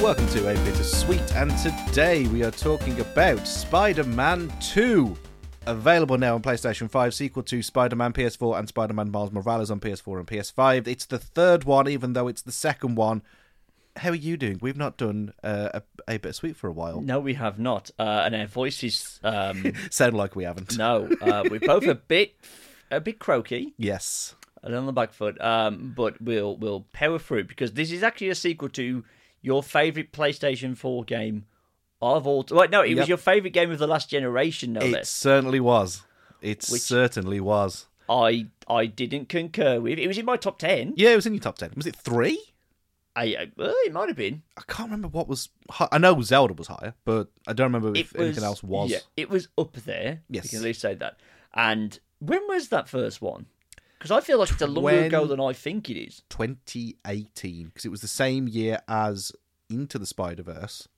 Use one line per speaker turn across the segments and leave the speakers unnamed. Welcome to A Bittersweet, and today we are talking about Spider Man 2. Available now on PlayStation 5, sequel to Spider Man PS4 and Spider Man Miles Morales on PS4 and PS5. It's the third one, even though it's the second one. How are you doing? We've not done uh, a, a Bittersweet for a while.
No, we have not. Uh, and our voices, um,
Sound like we haven't.
no, uh, we're both a bit, a bit croaky
Yes.
and on the back foot. Um, but we'll we'll power through because this is actually a sequel to your favorite PlayStation 4 game of all. T- Wait, no, it
Yep.
was your favorite game of the last generation. No
It
less.
certainly was. It
Which-
certainly was.
I I didn't concur with. It was in my top ten.
Yeah, it was in your top 10. Was it three?
I, I well, it might have been.
I can't remember what was. Hi- I know Zelda was higher, but I don't remember if
it was,
anything else was.
Yeah, it was up there.
Yes.
you can at least say that. And when was that first one? Because I feel like it's a longer ago
Twen-
than I think it is.
2018 because it was the same year as Into the Spider Verse,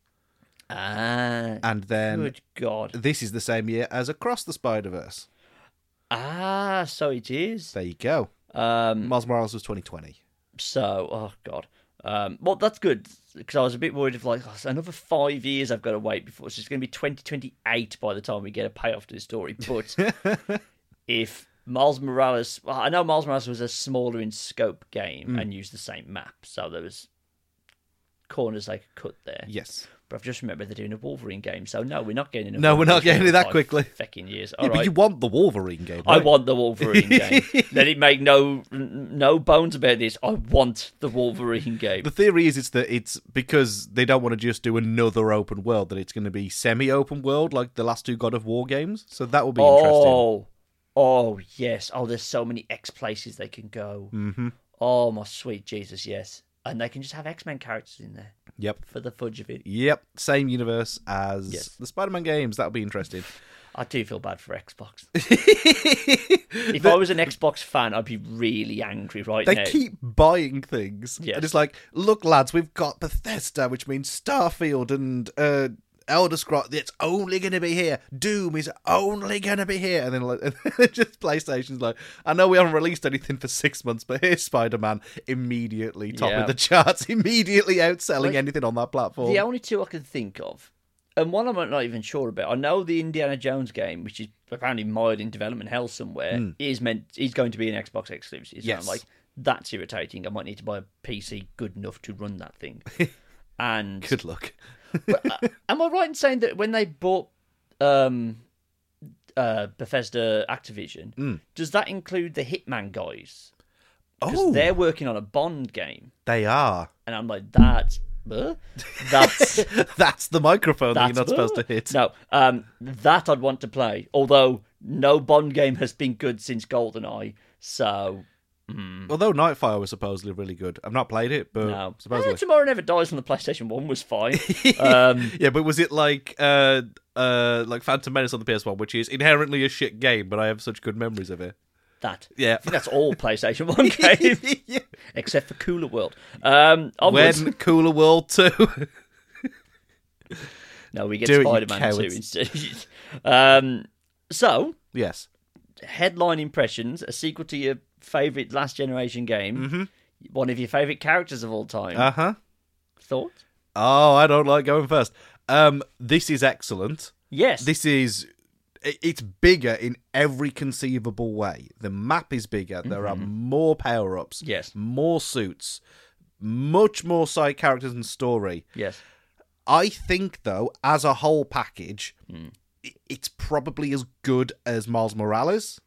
Ah,
and then
good God.
this is the same year as Across the Spider Verse.
Ah, so it is.
There you go.
Um,
Miles Morales was 2020.
so oh God. Um, well, that's good because I was a bit worried of like oh, so another five years I've got to wait before. So it's going to be twenty twenty eight by the time we get a payoff to this story. But if Miles Morales, well, I know Miles Morales was a smaller in scope game
Hmm.
and used the same map, so there was corners they could cut there.
Yes,
But I've just remembered they're doing a Wolverine game, so no, we're not getting. A
No, we're not
Wolverine
getting it
game
that
for
quickly.
Fucking years.
yeah,
All right.
but you want the Wolverine game.
I
Right?
want the Wolverine game. Let it make no no bones about this. I want the Wolverine game.
the theory is it's that it's because they don't want to just do another open world that it's going to be semi-open world like the last two God of War games. So that will be interesting.
Oh, oh yes. Oh, there's so many X places they can go.
Mm-hmm.
Oh my sweet Jesus, yes. And they can just have X Men characters in there
Yep.
for the fudge of it.
Yep, same universe as
Yes.
the Spider-Man games. That'll be interesting.
I do feel bad for Xbox. If I was an Xbox fan, I'd be really angry right
They
now.
keep buying things,
Yes.
and it's like, look, lads, we've got Bethesda, which means Starfield and uh, Elder Scrolls. It's only going to be here. Doom is only going to be here, and then like, just PlayStation's like, I know we haven't released anything for six months, but here's Spider-Man immediately topping
Yeah.
the charts, immediately outselling
Like,
anything on that platform.
The only two I can think of, and one I'm not even sure about. I know the Indiana Jones game, which is apparently mired in development hell somewhere, is meant is going to be an Xbox exclusive. So I'm
Hmm. Yes.
like that's irritating. I might need to buy a PC good enough to run that thing. and
Good luck.
but, uh, am I right in saying that when they bought um, uh, Bethesda Activision,
Hmm.
does that include the Hitman guys? Because
Oh,
they're working on a Bond game,
they are.
and I'm like that's uh, that's
That's the microphone that you're not
That's-
supposed to hit.
No, um, that I'd want to play. Although no Bond game has been good since GoldenEye, so
Although Nightfire was supposedly really good. I've not played it, but
Mm. no. Eh,
Oh, supposedly.
Tomorrow Never Dies on the PlayStation One was fine. um,
Yeah, but was it like uh uh like Phantom Menace on the PS1, which is inherently a shit game, but I have such good memories of it.
that.
Yeah.
I think that's all PlayStation One games except for Cooler World. Um, onwards.
When Cooler World 2.
no, we get
Do it, you
Spider-Man Two
cowards.
instead. um, so
yes.
headline impressions: a sequel to your favorite last generation game.
Mm-hmm.
One of your favorite characters of all time.
Uh-huh.
Thoughts?
Oh, I don't like going first. Um this is excellent.
Yes.
This is i- it's bigger in every conceivable way. The map is bigger. There are more power-ups.
Yes.
More suits. Much more side characters and story.
yes.
I think though, as a whole package, i- it's probably as good as Miles Morales.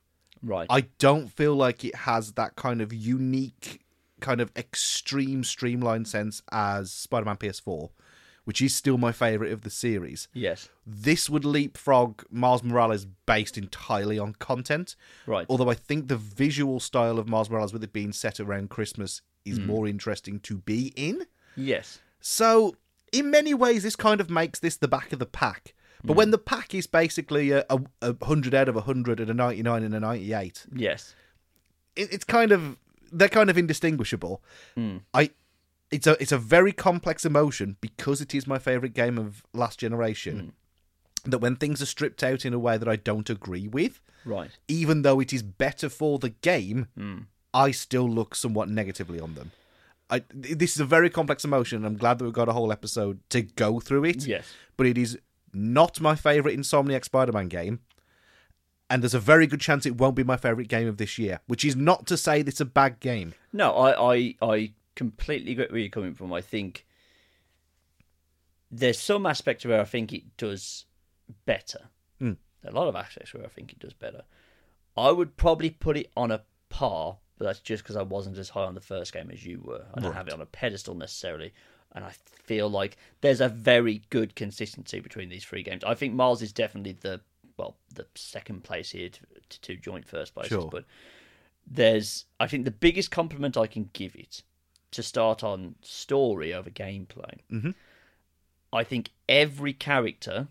Right.
I don't feel like it has that kind of unique, kind of extreme streamlined sense as Spider-Man PS4, which is still my favorite of the series.
yes.
This would leapfrog Miles Morales based entirely on content.
Right.
Although I think the visual style of Miles Morales, with it being set around Christmas, is more interesting to be in.
Yes.
So, in many ways, this kind of makes this the back of the pack. But when the pack is basically a, a, a 100 out of 100 and a 99 and a 98,
Yes.
it, it's kind of, they're kind of indistinguishable. I. It's a it's a very complex emotion because it is my favorite game of last generation. That when things are stripped out in a way that I don't agree with,
Right.
even though it is better for the game, I still look somewhat negatively on them. I, this is a very complex emotion. I'm glad that we've got a whole episode to go through it.
Yes.
But it is not my favourite Insomniac Spider Man game. And there's a very good chance it won't be my favourite game of this year, which is not to say that it's a bad game.
No, I, I I completely get where you're coming from. I think there's some aspects where I think it does better. A lot of aspects where I think it does better. I would probably put it on a par, but that's just because I wasn't as high on the first game as you were. I don't have it on a pedestal necessarily. And I feel like there's a very good consistency between these three games. I think Miles is definitely the well, the second place here to, to, to joint first places,
Sure.
but there's I think the biggest compliment I can give it to start on story over gameplay.
Mhm.
I think every character,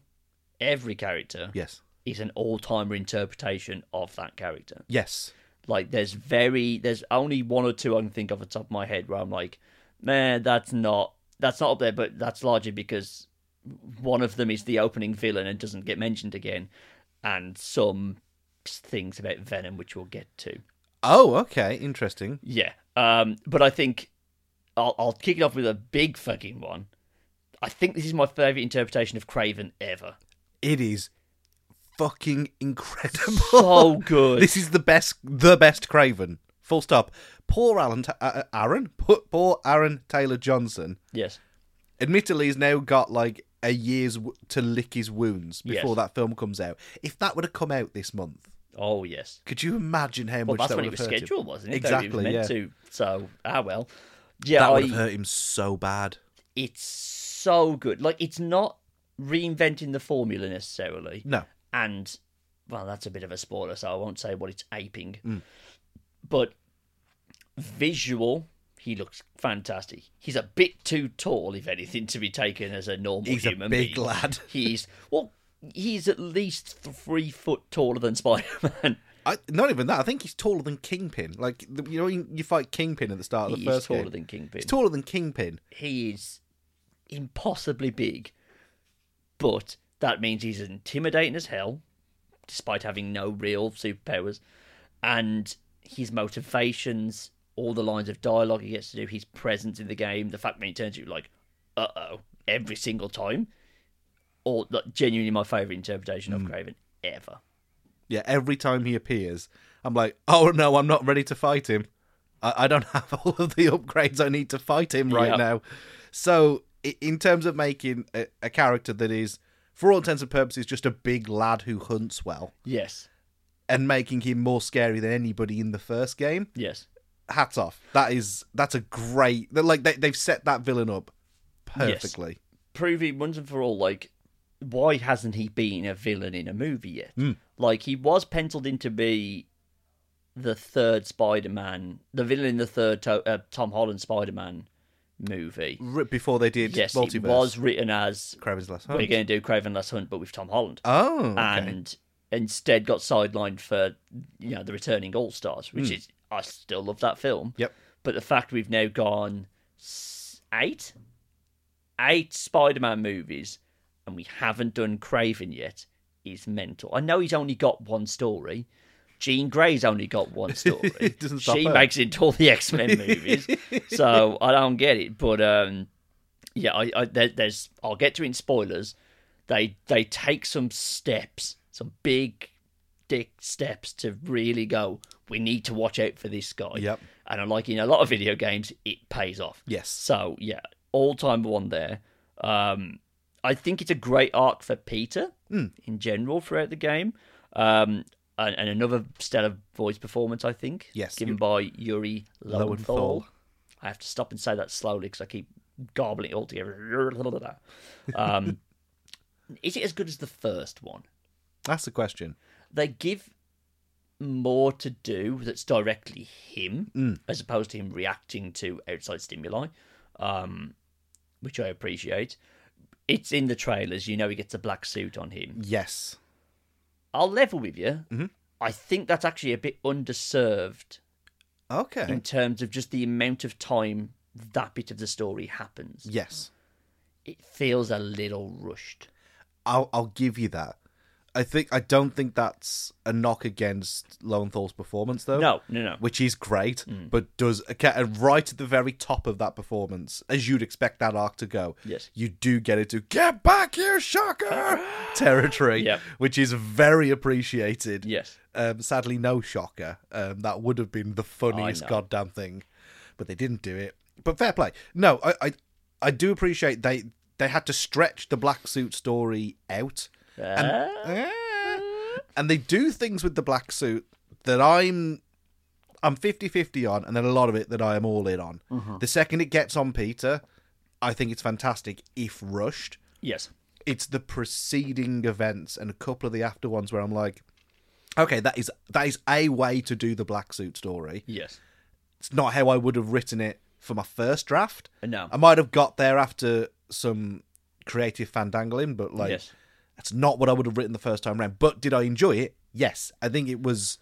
every character
Yes.
is an all-timer interpretation of that character.
Yes.
Like there's very there's only one or two I can think of off the top of my head where I'm like, man, that's not that's not up there, but that's largely because one of them is the opening villain and doesn't get mentioned again, and some things about Venom which we'll get to.
Oh, okay. Interesting.
Yeah. Um, but I think I'll, I'll kick it off with a big fucking one. I think this is my favourite interpretation of Craven ever.
It is fucking incredible.
So good.
This is the best, the best Craven. Full stop. Poor Alan, Ta- uh, uh, Aaron, poor, poor Aaron Taylor Johnson.
yes.
Admittedly, he's now got like a year's w- to lick his wounds before
Yes.
that film comes out. If that would have come out this month,
Oh, yes.
could you imagine how
Well,
much
that's
that
when
would have
it was
hurt him?
scheduled, wasn't it? That
Exactly,
It was meant
yeah.
to. So, ah, well. Yeah,
That would have
I,
hurt him so bad.
it's so good. Like, it's not reinventing the formula necessarily.
No,
and well, that's a bit of a spoiler, so I won't say what it's aping.
Mm.
But visual, he looks fantastic. He's a bit too tall, if anything, to be taken as a normal
he's a
human
big
being.
lad.
He's well, he's at least th- three foot taller than Spider Man.
I, not even that. I think he's taller than Kingpin. Like the- you know, you, you fight Kingpin at the start of the
He is
first
taller
game.
than Kingpin.
he's taller than Kingpin.
he is impossibly big, but that means he's intimidating as hell, despite having no real superpowers. And his motivations, all the lines of dialogue he gets to do, his presence in the game, the fact that he turns you like, uh oh, every single time. Or like, genuinely my favourite interpretation of Craven ever.
Yeah, every time he appears, I'm like, oh no, I'm not ready to fight him. I, I don't have all of the upgrades I need to fight him right
Yeah.
now. So, i- in terms of making a, a character that is, for all intents and purposes, just a big lad who hunts well,
Yes,
and making him more scary than anybody in the first game,
yes.
hats off. That is, that's a great. they're Like they, they've set that villain up perfectly.
proving once and for all, like, why hasn't he been a villain in a movie yet?
Hmm.
Like, he was penciled in to be the third Spider Man, the villain in the third to- uh, Tom Holland Spider Man movie.
Right Before they did
Yes,
Hmm. multiverse,
it was written as
Kraven's Last
we're
Hunt.
going to do Craven Last Hunt, but with Tom Holland.
Oh, okay.
And instead got sidelined for, you know, the returning All Stars, which is, I still love that film.
Hmm. yep.
But the fact we've now gone s- eight, eight Spider-Man movies, and we haven't done Craven yet, is mental. I know he's only got one story. Jean Grey's only got one story.
It doesn't stop
she
her.
makes it to all the X-Men movies, so I don't get it. But um, yeah, I, I there, there's I'll get to it in spoilers. They they take some steps, some big dick steps to really go. We need to watch out for this guy.
Yep.
And unlike in a lot of video games, it pays off.
Yes.
So yeah, all time one there. Um, I think it's a great arc for Peter
Hmm.
in general throughout the game. Um, and, and another stellar voice performance, I think.
Yes.
given by Yuri Lowenthal.
Lowenthal.
I have to stop and say that slowly because I keep garbling it all together. Um, is it as good as the first one?
That's the question.
they give more to do that's directly him as opposed to him reacting to outside stimuli um which i appreciate it's in the trailers you know he gets a black suit on him
Yes.
i'll level with you i think that's actually a bit underserved
Okay.
in terms of just the amount of time that bit of the story happens
Yes.
it feels a little rushed
I'll I'll give you that. I think I don't think that's a knock against Lowenthal's performance though.
No, Mm. no, no.
Which is great, but does and right at the very top of that performance, as you'd expect that arc to go,
Yes.
you do get into get back here, shocker territory,
Yeah.
which is very appreciated.
Yes.
Um, sadly, no shocker. Um, that would have been the funniest
know.
goddamn thing, but they didn't do it. But fair play. No, I, I, I do appreciate they they had to stretch the black suit story out, Eh.
Uh,
and they do things with the black suit that I'm. I'm 50-50 on, and then a lot of it that I am all in on. The second it gets on Peter, I think it's fantastic if rushed.
yes.
It's the preceding events and a couple of the after ones where I'm like, okay, that is that is a way to do the black suit story.
Yes.
It's not how I would have written it for my first draft.
No.
I might have got there after some creative fandangling, but like
Yes.
that's not what I would have written the first time round. But did I enjoy it? Yes. I think it was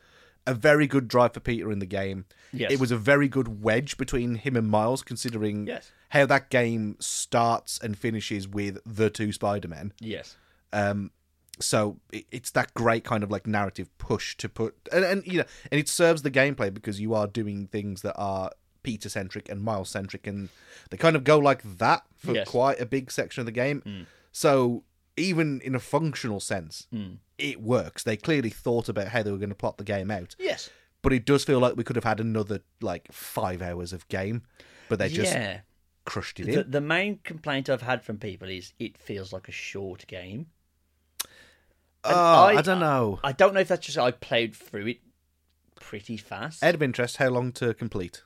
a very good drive for Peter in the game.
Yes.
It was a very good wedge between him and Miles, considering
Yes.
how that game starts and finishes with the two Spider Men.
Yes.
Um, so it, it's that great kind of like narrative push to put, and, and you know, and it serves the gameplay because you are doing things that are Peter centric and Miles centric, and they kind of go like that for
Yes. Mm.
quite a big section of the game. So even in a functional sense,
Mm.
it works. They clearly thought about how they were going to plot the game out,
Yes.
but it does feel like we could have had another like five hours of game, but they just
yeah.
crushed it in.
The, the main complaint I've had from people is it feels like a short game.
oh,
I-
I don't know.
I don't know if that's just I played through it pretty fast.
Out of interest, how long to complete?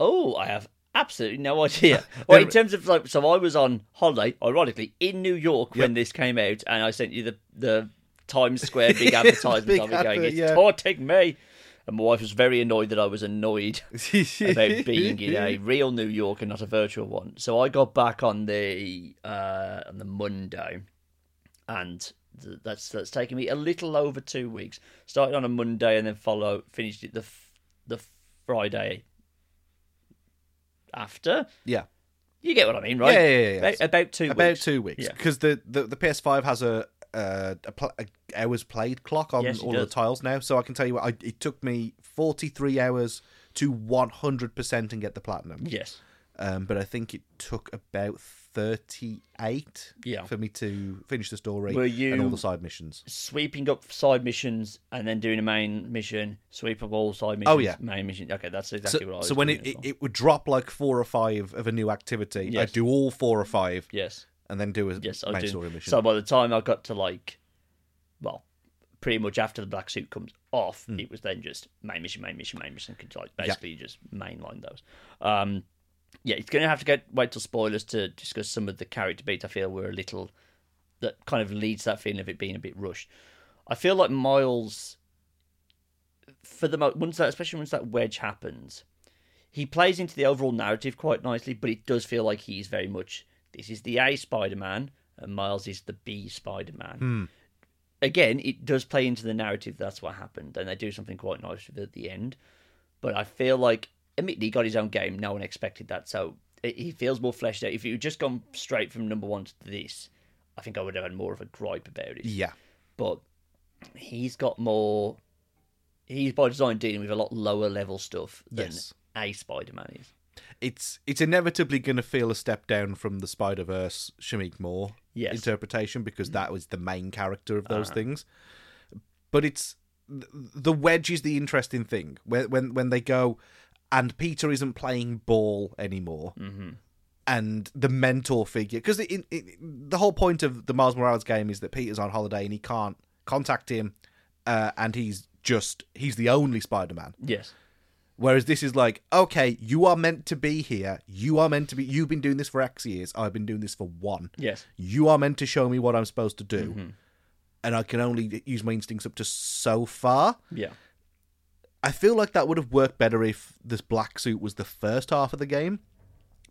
Oh, I have absolutely no idea. well, in terms of like, so I was on holiday, ironically, in New York when this came out, and I sent you the the Times Square big advertisement
Big
of it going,
advert,
"It's
yeah.
taunting me," and my wife was very annoyed that I was annoyed about being in a real New York and not a virtual one. So I got back on the uh, on the Monday, and th- that's that's taken me a little over two weeks. Started on a Monday and then follow finished it the f- the Friday after.
Yeah.
You get what I mean, right?
Yeah, yeah, yeah, yeah.
About, about two
about
weeks.
two weeks
Yeah.
because the, the the PS5 has a uh, a, pl- a hours played clock on
Yes, it
all
does.
the tiles now. So I can tell you, what, I, it took me forty three hours to one hundred percent and get the platinum.
Yes.
Um, but I think it took about thirty eight
Yeah.
for me to finish the story
Were
and
you-
all the side missions.
Sweeping up side missions and then doing a main mission, sweep up all side missions.
Oh, yeah.
main mission. Okay, that's
So,
exactly what I was.
so when
doing
it,
as
it,
well.
it would drop like four or five of a new activity,
Yes.
I'd do all four or five
yes,
and then do a
yes, I
main
do.
story mission.
So by the time I got to like, well, pretty much after the black suit comes off, it was then just main mission, main mission, main mission. Could like basically just mainline those. Um, yeah, it's gonna have to get wait till spoilers to discuss some of the character beats. I feel were a little that kind of leads to that feeling of it being a bit rushed. I feel like Miles, for the most, once that especially once that wedge happens, he plays into the overall narrative quite nicely, but it does feel like he's very much this is the A Spider Man and Miles is the B Spider Man. Again, it does play into the narrative. That's what happened, and they do something quite nice with it at the end. But I feel like, admittedly, he got his own game. No one expected that, so it- he feels more fleshed out. If you'd just gone straight from number one to this, I think I would have had more of a gripe about it
yeah,
but he's got more. He's by design dealing with a lot lower level stuff than
Yes.
a Spider Man is.
it's it's inevitably going to feel a step down from the Spider Verse Shamik Moore
Yes.
interpretation because that was the main character of those things. But it's th- the wedge is the interesting thing when when when they go and Peter isn't playing ball anymore. And the mentor figure, because the whole point of the Miles Morales game is that Peter's on holiday and he can't contact him, uh, and he's just he's the only Spider-Man.
Yes.
Whereas this is like, okay, you are meant to be here. You are meant to be. You've been doing this for X years. I've been doing this for one.
Yes.
You are meant to show me what I'm supposed to do. And I can only use my instincts up to so far.
Yeah.
I feel like that would have worked better if this black suit was the first half of the game.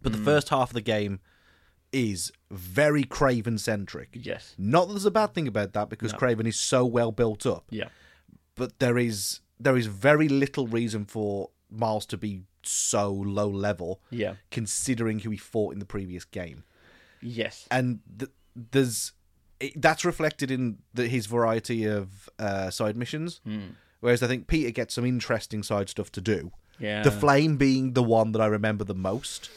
But the first half of the game is very Craven centric.
Yes.
Not that there's a bad thing about that because Craven is so well built up
Yeah.
but there is there is very little reason for Miles to be so low level,
Yeah.
considering who he fought in the previous game.
Yes.
And th- there's it, that's reflected in the, his variety of uh, side missions. Whereas I think Peter gets some interesting side stuff to do.
Yeah.
The Flame being the one that I remember the most.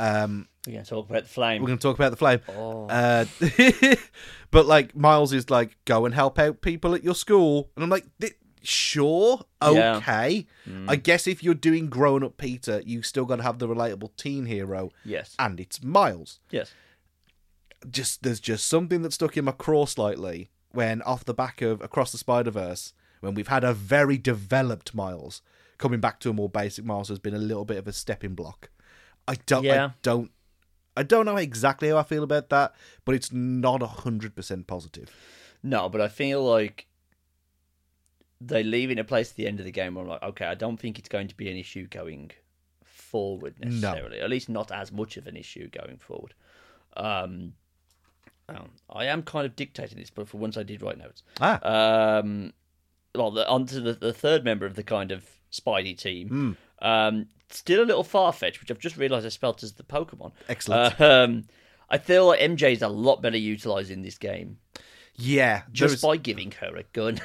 We're going to talk about the flame.
We're going to talk about the Flame. Uh, but like Miles is like, go and help out people at your school, and I'm like, "Th- sure,
Yeah.
okay. I guess if you're doing grown up Peter, you still got to have the relatable teen hero,
Yes.
and it's Miles.
Yes.
just there's just something that stuck in my craw slightly when off the back of Across the Spider Verse, when we've had a very developed Miles coming back to a more basic Miles has been a little bit of a stepping block. I don't,
Yeah.
I don't, I don't know exactly how I feel about that, but it's not hundred percent positive.
No, but I feel like they leave in a place at the end of the game where I'm like, okay, I don't think it's going to be an issue going forward necessarily. At least not as much of an issue going forward. Um, um, I am kind of dictating this, but for once I did write notes.
Ah,
Um, well, the, onto the, the third member of the kind of Spidey team.
Hmm.
Um, still a little far fetched, which I've just realised I spelt as the Pokemon.
Excellent.
Um, I feel like MJ is a lot better utilised in this game
yeah,
just
just
by giving her a gun.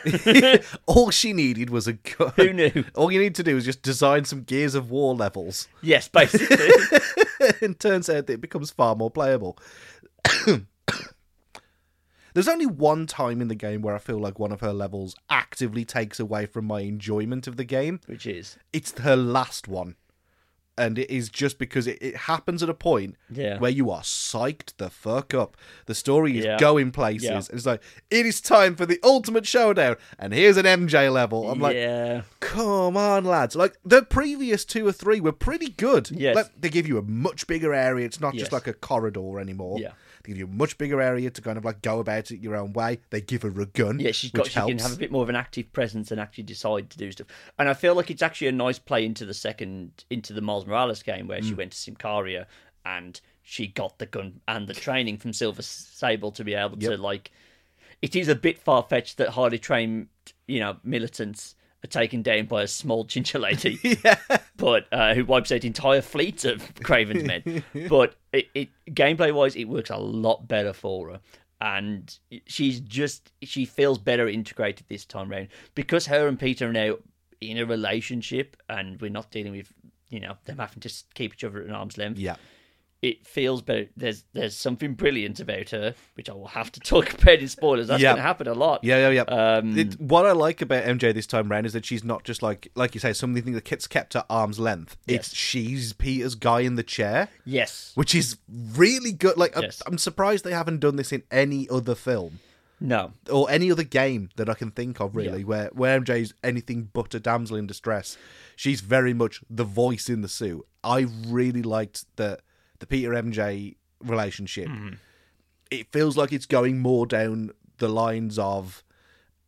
all she needed was a gun.
Who knew?
All you need to do is just design some Gears of War levels.
Yes, basically.
and turns out that it becomes far more playable. There's only one time in the game where I feel like one of her levels actively takes away from my enjoyment of the game.
Which is
It's her last one. And it is just because it, it happens at a point
Yeah.
where you are psyched the fuck up. The story is
Yeah.
going places.
Yeah.
It's like, it is time for the ultimate showdown. And here's an MJ level. I'm like,
yeah,
come on, lads. Like the previous two or three were pretty good.
Yes.
Like, they give you a much bigger area. It's not just
Yes.
like a corridor anymore.
Yeah.
They give you a much bigger area to kind of like go about it your own way. They give her a gun.
yeah. She's got
which
she
helps.
can have a bit more of an active presence and actually decide to do stuff. And I feel like it's actually a nice play into the second into the Miles Morales game where
Mm.
she went to Simcaria and she got the gun and the training from Silver Sable to be able to like. It is a bit far fetched that highly trained, you know, militants are taken down by a small ginger lady. but uh, who wipes out entire fleets of Craven's men. but it, it gameplay wise, it works a lot better for her, and she's just she feels better integrated this time round because her and Peter are now in a relationship, and we're not dealing with you know them having to s- keep each other at arm's length.
Yeah.
It feels better. There's there's something brilliant about her, which I will have to talk about in spoilers. That's
Yeah.
going to happen a lot.
Yeah, yeah, yeah.
Um,
It's- what I like about MJ this time round is that she's not just like, like you say, something that gets kept at arm's length. It's
Yes.
she's Peter's guy in the chair,
Yes.
which is really good. Like, I'm-
Yes.
I'm surprised they haven't done this in any other film.
No.
or any other game that I can think of really where where MJ's anything but a damsel in distress. She's very much the voice in the suit. I really liked the the Peter MJ relationship. It feels like it's going more down the lines of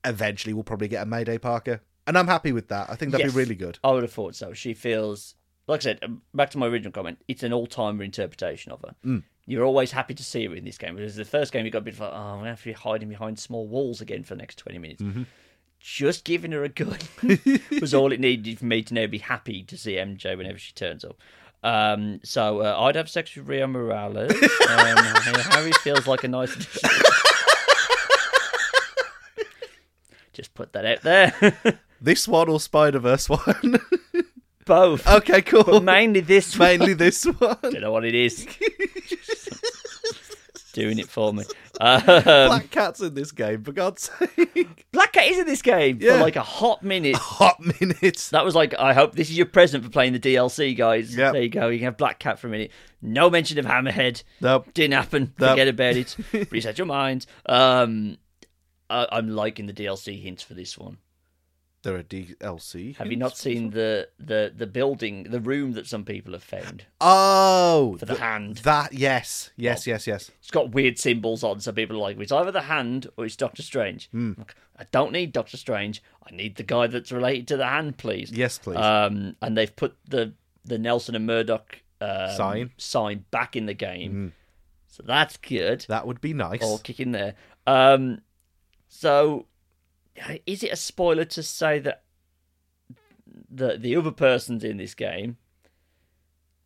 eventually we'll probably get a Mayday Parker. And I'm happy with that. I think that'd
Yes.
be really good.
I would have thought so. She feels, like I said, um, back to my original comment, it's an all timer interpretation of her. You're always happy to see her in this game. Because the first game, you got a bit of like, oh, I'm going to have to be hiding behind small walls again for the next 20 minutes. Just giving her a gun was all it needed for me to now be happy to see MJ whenever she turns up. Um, so uh, I'd have sex with Rio Morales. Um, Harry feels like a nice addition. Just put that out there.
This one or Spider Verse one?
Both.
okay, cool.
Mainly this one.
Mainly this one.
don't know what it is. Doing it for me. Uh,
Black cats in this game, for God's sake.
Black Cat is in this game
Yeah.
for like a hot minute.
Hot minutes.
That was like, I hope this is your present for playing the DLC, guys.
Yep.
There you go. You can have Black Cat for a minute. No mention of Hammerhead.
Nope.
Didn't happen.
Nope.
Forget about it. Reset your mind. Um, I- I'm liking the DLC hints for this one.
There are DLC.
Have you not seen the, the, the building, the room that some people have found
Oh,
for the hand?
that yes, yes, yes, yes.
It's got weird symbols on, so people are like, it's either the hand or it's Doctor Strange.
Hmm.
I'm like, I don't need Doctor Strange. I need the guy that's related to the hand, please.
Yes, please.
Um, and they've put the the Nelson and Murdoch um,
Sign. Hmm.
sign back in the game, so that's good.
that would be nice.
All kicking there. Um, so, is it a spoiler to say that the the other person's in this game?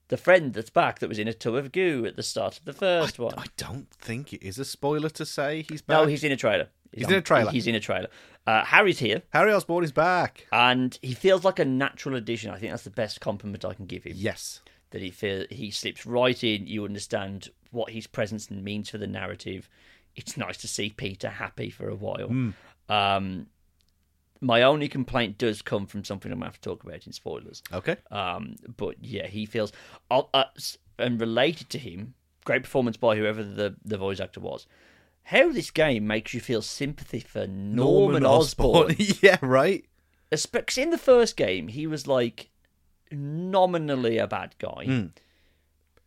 the friend that's back that was in a tub of goo at the start of the first one.
I don't think it is a spoiler to say he's back.
no, he's in a trailer.
He's in a
on-
trailer.
He's in a trailer. Uh, Harry's here,
Harry Osborn is back.
and he feels like a natural addition. I think that's the best compliment I can give him.
Yes.
that he feel he slips right in. You understand what his presence means for the narrative. It's nice to see Peter happy for a while.
Hmm.
Um, my only complaint does come from something I'm going to have to talk about in spoilers.
Okay.
Um, but yeah, he feels. Uh, uh, s- and related to him, great performance by whoever the, the voice actor was. How this game makes you feel sympathy for Norman, Osborn.
yeah, right.
Espe- 'cause in the first game, he was like nominally a bad guy,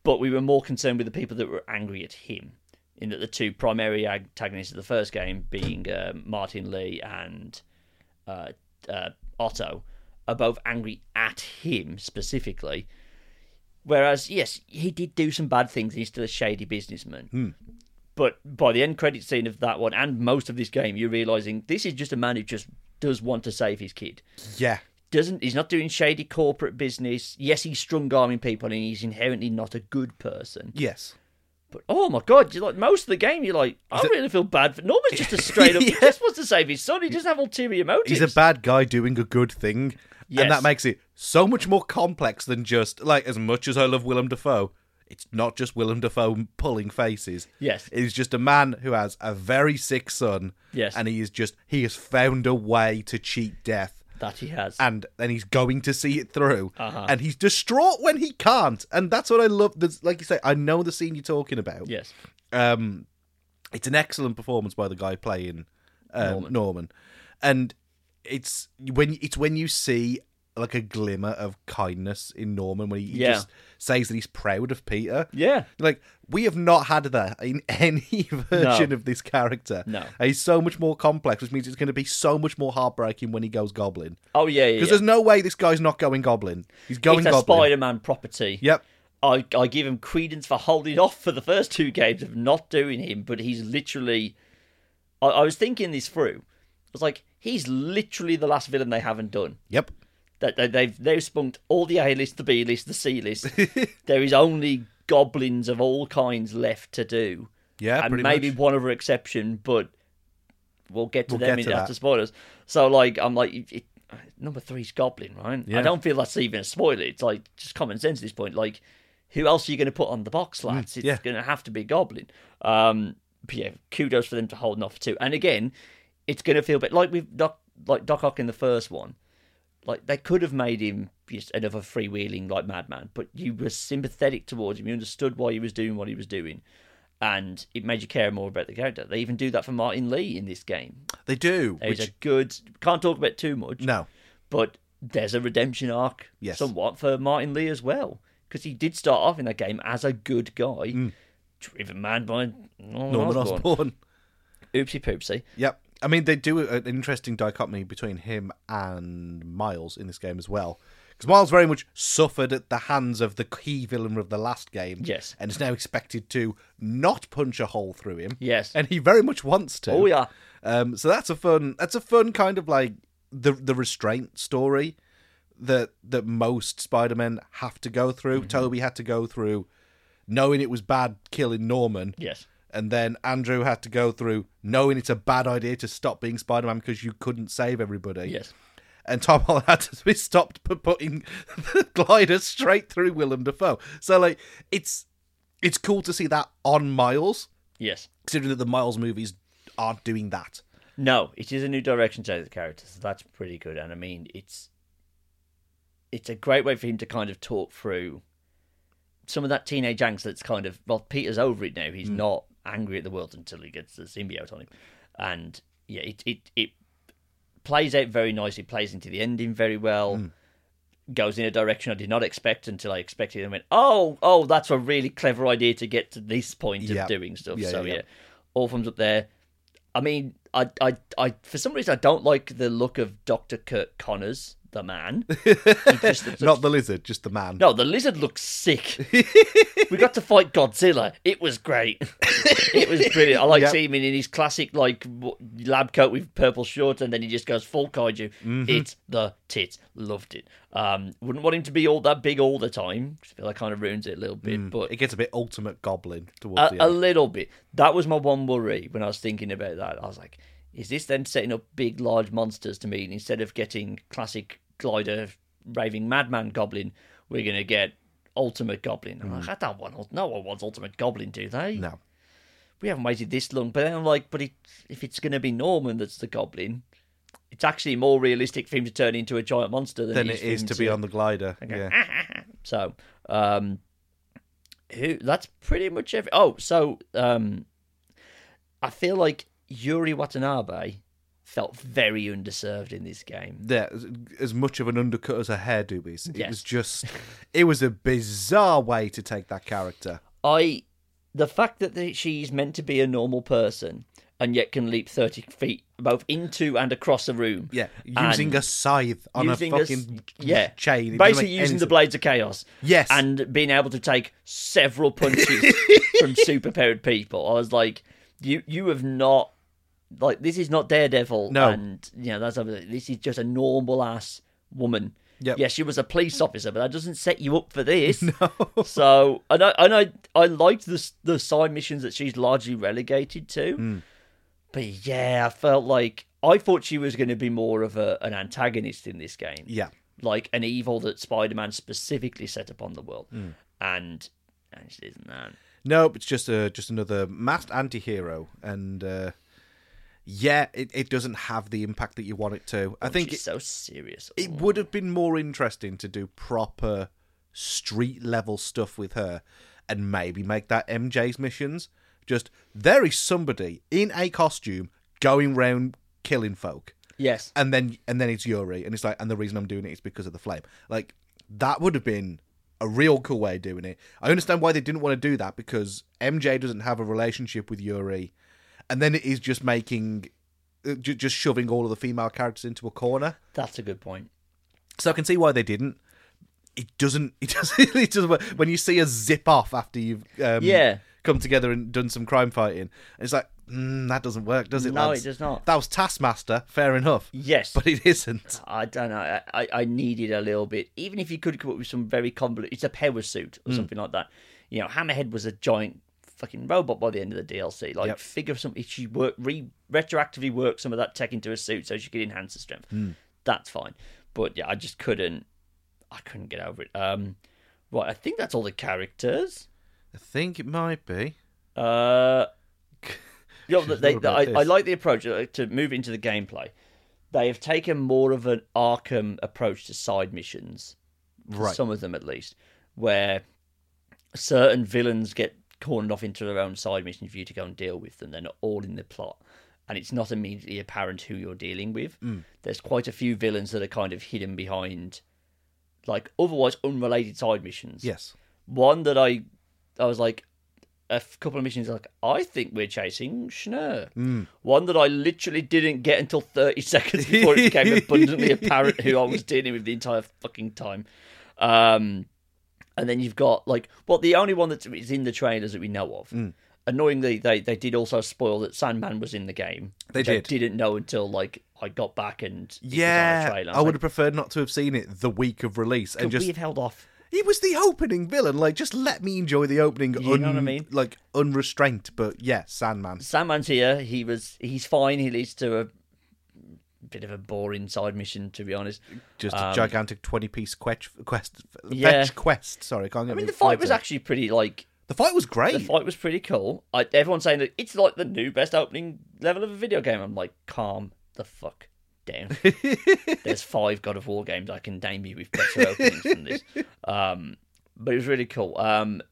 but we were more concerned with the people that were angry at him. In that the two primary antagonists of the first game, being uh, Martin Lee and uh, uh, Otto, are both angry at him specifically. Whereas, yes, he did do some bad things. He's still a shady businessman. But by the end credit scene of that one and most of this game, you're realizing this is just a man who just does want to save his kid.
Yeah.
Doesn't he's not doing shady corporate business. Yes, he's strung arming people and he's inherently not a good person.
Yes.
But oh my god, you like most of the game you're like, I really feel bad for Norman's just a straight up he
Yeah.
just wants to save his son, he doesn't have ulterior motives.
He's a bad guy doing a good thing.
Yes.
And that makes it so much more complex than just, like, as much as I love Willem Dafoe, it's not just Willem Dafoe pulling faces.
Yes.
It is just a man who has a very sick son.
Yes.
And he is just, he has found a way to cheat death.
that he has.
and then he's going to see it through
Uh-huh.
and he's distraught when he can't and that's what i love There's, like you say i know the scene you're talking about
yes.
um it's an excellent performance by the guy playing um, norman. and it's when it's when you see like a glimmer of kindness in norman when he, he
Yeah.
just says that he's proud of peter
Yeah.
like we have not had that in any version of this character.
No.
And he's so much more complex, which means it's going to be so much more heartbreaking when he goes goblin.
Oh yeah, yeah.
Because
yeah.
there's no way this guy's not going Goblin. He's going
It's a
Goblin.
Spider Man property.
Yep.
I, I give him credence for holding off for the first two games of not doing him, but he's literally. I, I was thinking this through. I was like, he's literally the last villain they haven't done.
Yep.
That they, they've they've spunked all the A list, the B list, the C list. there is only goblins of all kinds left to do,
Yeah.
and
pretty
maybe
much.
one other exception, but we'll get to
We'll
them
get
in
to
after
that.
spoilers. So like, I'm like. It, Number three's Goblin, right? I
Yeah.
don't feel that's even a spoiler. It's like just common sense at this point. Like, who else are you going to put on the box, lads? it's
Mm, yeah.
going to have to be Goblin. Um, but yeah, kudos for them to holding off too. And again, it's going to feel a bit like we've Doc, like Doc Ock in the first one. Like they could have made him just another freewheeling like madman, but you were sympathetic towards him. You understood why he was doing what he was doing, and it made you care more about the character. They even do that for Martin Lee in this game.
They do.
There's
which-
a good can't talk about too much
No.
but there's a redemption arc
Yes.
somewhat for Martin Lee as well because he did start off in that game as a good guy driven mad by Norman,
Mm. Norman
Osborn.
Osborn.
oopsie poopsie
Yep. I mean, they do an interesting dichotomy between him and Miles in this game as well. Because Miles very much suffered at the hands of the key villain of the last game.
Yes.
And is now expected to not punch a hole through him.
Yes.
And he very much wants to.
oh yeah
Um, so that's a fun. That's a fun kind of like the the restraint story that that most Spider Men have to go through.
Mm-hmm.
Toby had to go through, knowing it was bad killing Norman,
yes
and then Andrew had to go through knowing it's a bad idea to stop being Spider Man because you couldn't save everybody.
yes
And Tom Holland had to be stopped for putting the glider straight through Willem Dafoe. So like it's it's cool to see that on Miles,
yes
considering that the Miles movies aren't doing that.
no it is a new direction to the character so that's pretty good and I mean it's it's a great way for him to kind of talk through some of that teenage angst that's kind of well peter's over it now
Mm.
he's not angry at the world until he gets the symbiote on him and yeah it it, it plays out very nicely plays into the ending very well
Mm.
goes in a direction i did not expect until i expected it and went oh oh that's a really clever idea to get to this point
Yeah.
of doing stuff
Yeah,
so
yeah,
yeah,
yeah.
all thumbs up there i mean I, I i for some reason i don't like the look of dr kurt connors the man. He just looks
Not the lizard, just the man.
No, the lizard looks sick. we got to fight Godzilla. It was great. it was brilliant. I like
Yep.
seeing him in his classic like w- lab coat with purple shorts, and then he just goes full kaiju. It's the tits. Loved it. Um, wouldn't want him to be all that big all the time. 'cause I feel that kind of ruins it a little bit, but
It gets a bit ultimate goblin towards
a,
the
a
end.
little bit. That was my one worry when I was thinking about that. I was like, is this then setting up big, large monsters to mean instead of getting classic glider, raving madman goblin, we're gonna get ultimate goblin? I'm like, I don't want ult- no one wants ultimate goblin, do they?
Mm. no.
We haven't waited this long. But then I'm like, but it, if it's gonna be Norman that's the goblin, it's actually more realistic for him to turn into a giant monster than,
Then
it
it is
for him
to be on the glider. Yeah.
Ah! so, um, who? That's pretty much every. Oh, so um, I feel like Yuri Watanabe felt very underserved in this game.
there as- as much of an undercut as a hairdo is. It
Yes.
was just, it was a bizarre way to take that character.
I, the fact that the, she's meant to be a normal person and yet can leap thirty feet both into and across a room.
Yeah, using
And
a scythe on
using
a
a s-
fucking
yeah,
chain. It doesn't
basically
make any
using the
sense.
blades of chaos.
Yes.
and being able to take several punches from superpowered people. I was like, you you have not like this is not Daredevil.
No.
and you know that's this is just a normal ass woman.
Yep.
Yeah, she was a police officer, but that doesn't set you up for this. No. So, and I and I I liked the s- the side missions that she's largely relegated to.
Hmm.
But yeah, I felt like I thought she was going to be more of a, an antagonist in this game
Yeah,
like an evil that Spider-Man specifically set upon the world,
Hmm.
and and it isn't that.
nope. It's just a just another masked anti-hero and. Uh, yeah, it, it doesn't have the impact that you want it to. I think
She's
it,
so serious.
it would have been more interesting to do proper street level stuff with her and maybe make that MJ's missions. Just there is somebody in a costume going round killing folk.
yes,
And then and then it's Yuri and it's like and the reason I'm doing it is because of the flame. Like that would have been a real cool way of doing it. I understand why they didn't want to do that because MJ doesn't have a relationship with Yuri and then it is just making uh, ju- just shoving all of the female characters into a corner.
that's a good point.
So I can see why they didn't. It doesn't. It doesn't. It doesn't. Work. When you see a zip off after you've um,
Yeah.
come together and done some crime fighting, it's like mm, that doesn't work, does it?
No,
lads?
it does not.
That was Taskmaster. Fair enough,
Yes,
but it isn't.
I don't know. I, I I needed a little bit. Even if you could come up with some very convoluted, it's a power suit or something like that. You know, Hammerhead was a giant fucking robot by the end of the DLC. Like,
Yep.
figure something. She work re, retroactively worked some of that tech into a suit so she could enhance her strength. That's fine. But yeah, I just couldn't. I couldn't get over it. Um, right, I think that's all the characters.
I think it might be.
Uh, you know,
Should've
they,
thought about
I, I
this.
like the approach uh, to move into the gameplay. They have taken more of an Arkham approach to side missions, to
Right.
some of them at least, where certain villains get cornered off into their own side missions for you to go and deal with them. They're not all in the plot, and it's not immediately apparent who you're dealing with.
Hmm.
There's quite a few villains that are kind of hidden behind, like otherwise unrelated side missions
Yes.
one that I I was like a f- couple of missions like I think we're chasing Schnurr.
Hmm.
One that I literally didn't get until 30 seconds before it became abundantly apparent who I was dealing with the entire fucking time. Um and then you've got like well the only one that is in the trailers that we know of.
Hmm.
Annoyingly they they did also spoil that Sandman was in the game.
They
which
did.
I didn't know until like I got back and it was on a
Yeah,
trailer.
I would have preferred not to have seen it the week of release and
like,
just
we've held off.
he was the opening villain. Like, just let me enjoy the opening.
You know what I mean?
Like unrestrained, but yeah, Sandman.
Sandman's here. He was. He's fine. He leads to a bit of a boring side mission, to be honest.
Just a gigantic twenty-piece quest. Quest.
Um, Yeah.
Fetch quest. Sorry, I can't. get
I mean,
my
the fight
words
was
out.
actually pretty. Like
The fight was
the
great.
fight was pretty cool. I, everyone's saying that it's like the new best opening level of a video game. I'm like, calm the fuck down. There's five God of War games I can name you with better openings than this. Um, but it was really cool. Um,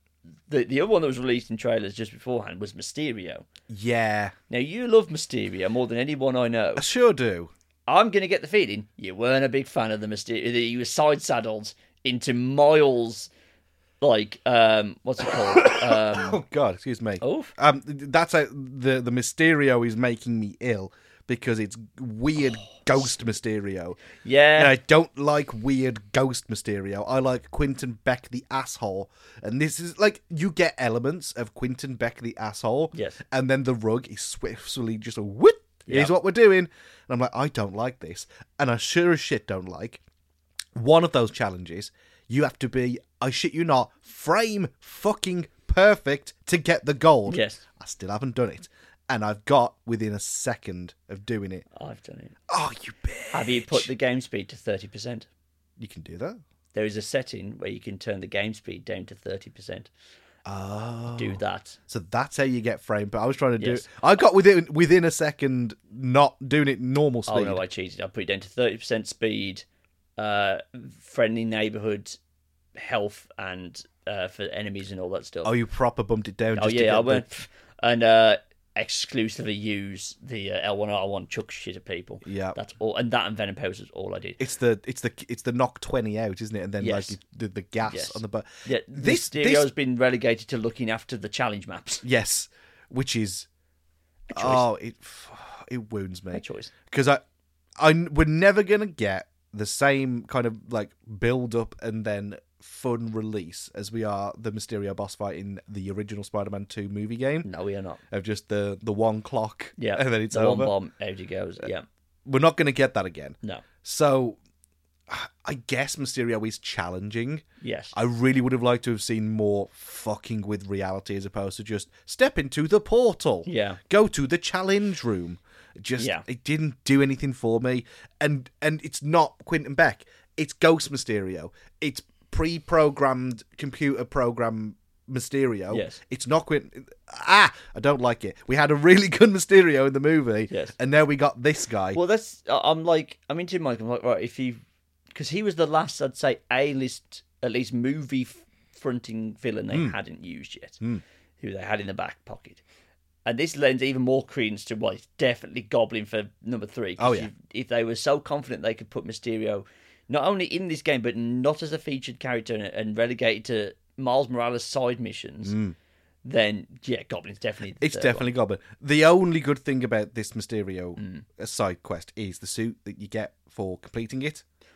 the the other one that was released in trailers just beforehand was Mysterio.
yeah,
Now you love Mysterio more than anyone I know.
I sure do.
I'm going to get the feeling you weren't a big fan of the Mysterio. That you were side saddled into Miles, like um, what's it called? um,
Oh God, excuse me.
oh,
Um, that's a, the the Mysterio is making me ill because it's weird
Oh,
ghost Mysterio.
Yeah.
And I don't like weird ghost Mysterio. I like Quinton Beck the asshole. And this is like you get elements of Quinton Beck the asshole.
Yes.
And then the rug is swiftly just a whoop. Here's
Yeah.
what we're doing. And I'm like, I don't like this. And I sure as shit don't like one of those challenges. You have to be, I shit you not, frame fucking perfect to get the gold.
Yes.
I still haven't done it. And I've got within a second of doing it.
I've done it.
Oh, you bitch.
Have you put the game speed to 30%?
You can do that.
There is a setting where you can turn the game speed down to 30%.
Oh.
Do that.
So that's how you get framed. But I was trying to do
Yes.
I got within within a second not doing it normal
Oh,
speed.
no, I cheated. I put it down to 30% speed, uh, friendly neighborhood, health, and uh, for enemies and all that stuff.
oh, you proper bumped it down.
Oh
just to
yeah,
get the-
I went pff, and uh, exclusively use the uh, L1R1 chuck shit at people.
Yeah.
that's all, and that and Venom Powers is all I did.
It's the it's the it's the knock twenty out, isn't it? And then
Yes.
like the, the gas
Yes.
on the butt.
Yeah,
this-
this Mysterio's has been relegated to looking after the challenge maps.
Yes, which is
choice.
oh it it wounds me.
No choice.
because I, I n- we're never gonna get the same kind of like build up and then fun release as we are the Mysterio boss fight in the original Spider-Man Two movie game
No, we are not.
of just the the one clock,
Yeah,
and then it's
the
over.
one bomb. Out it goes. Yeah,
We're not gonna get that again.
no,
So, I guess Mysterio is challenging.
yes,
I really would have liked to have seen more fucking with reality as opposed to just step into the portal.
Yeah.
Go to the challenge room. Just
Yeah.
it didn't do anything for me. And and it's not Quentin Beck. It's Ghost Mysterio. It's pre-programmed computer program Mysterio.
Yes.
It's not Quentin Ah, I don't like it. We had a really good Mysterio in the movie.
Yes.
And now we got this guy.
Well, that's I- I'm like I'm into Mike. I'm like right if he because he was the last I'd say A list at least movie f- fronting villain they
Hmm.
hadn't used yet, who they had in the back pocket. And this lends even more credence to why it's definitely Goblin for number three. 'cause
Oh, yeah.
you- if they were so confident they could put Mysterio not only in this game but not as a featured character and, and relegated to Miles Morales side missions, then yeah, Goblin's definitely the
Hmm. It's
third
definitely Goblin. The only good thing about this Mysterio
Hmm.
uh, side quest is the suit that you get for completing it.
one.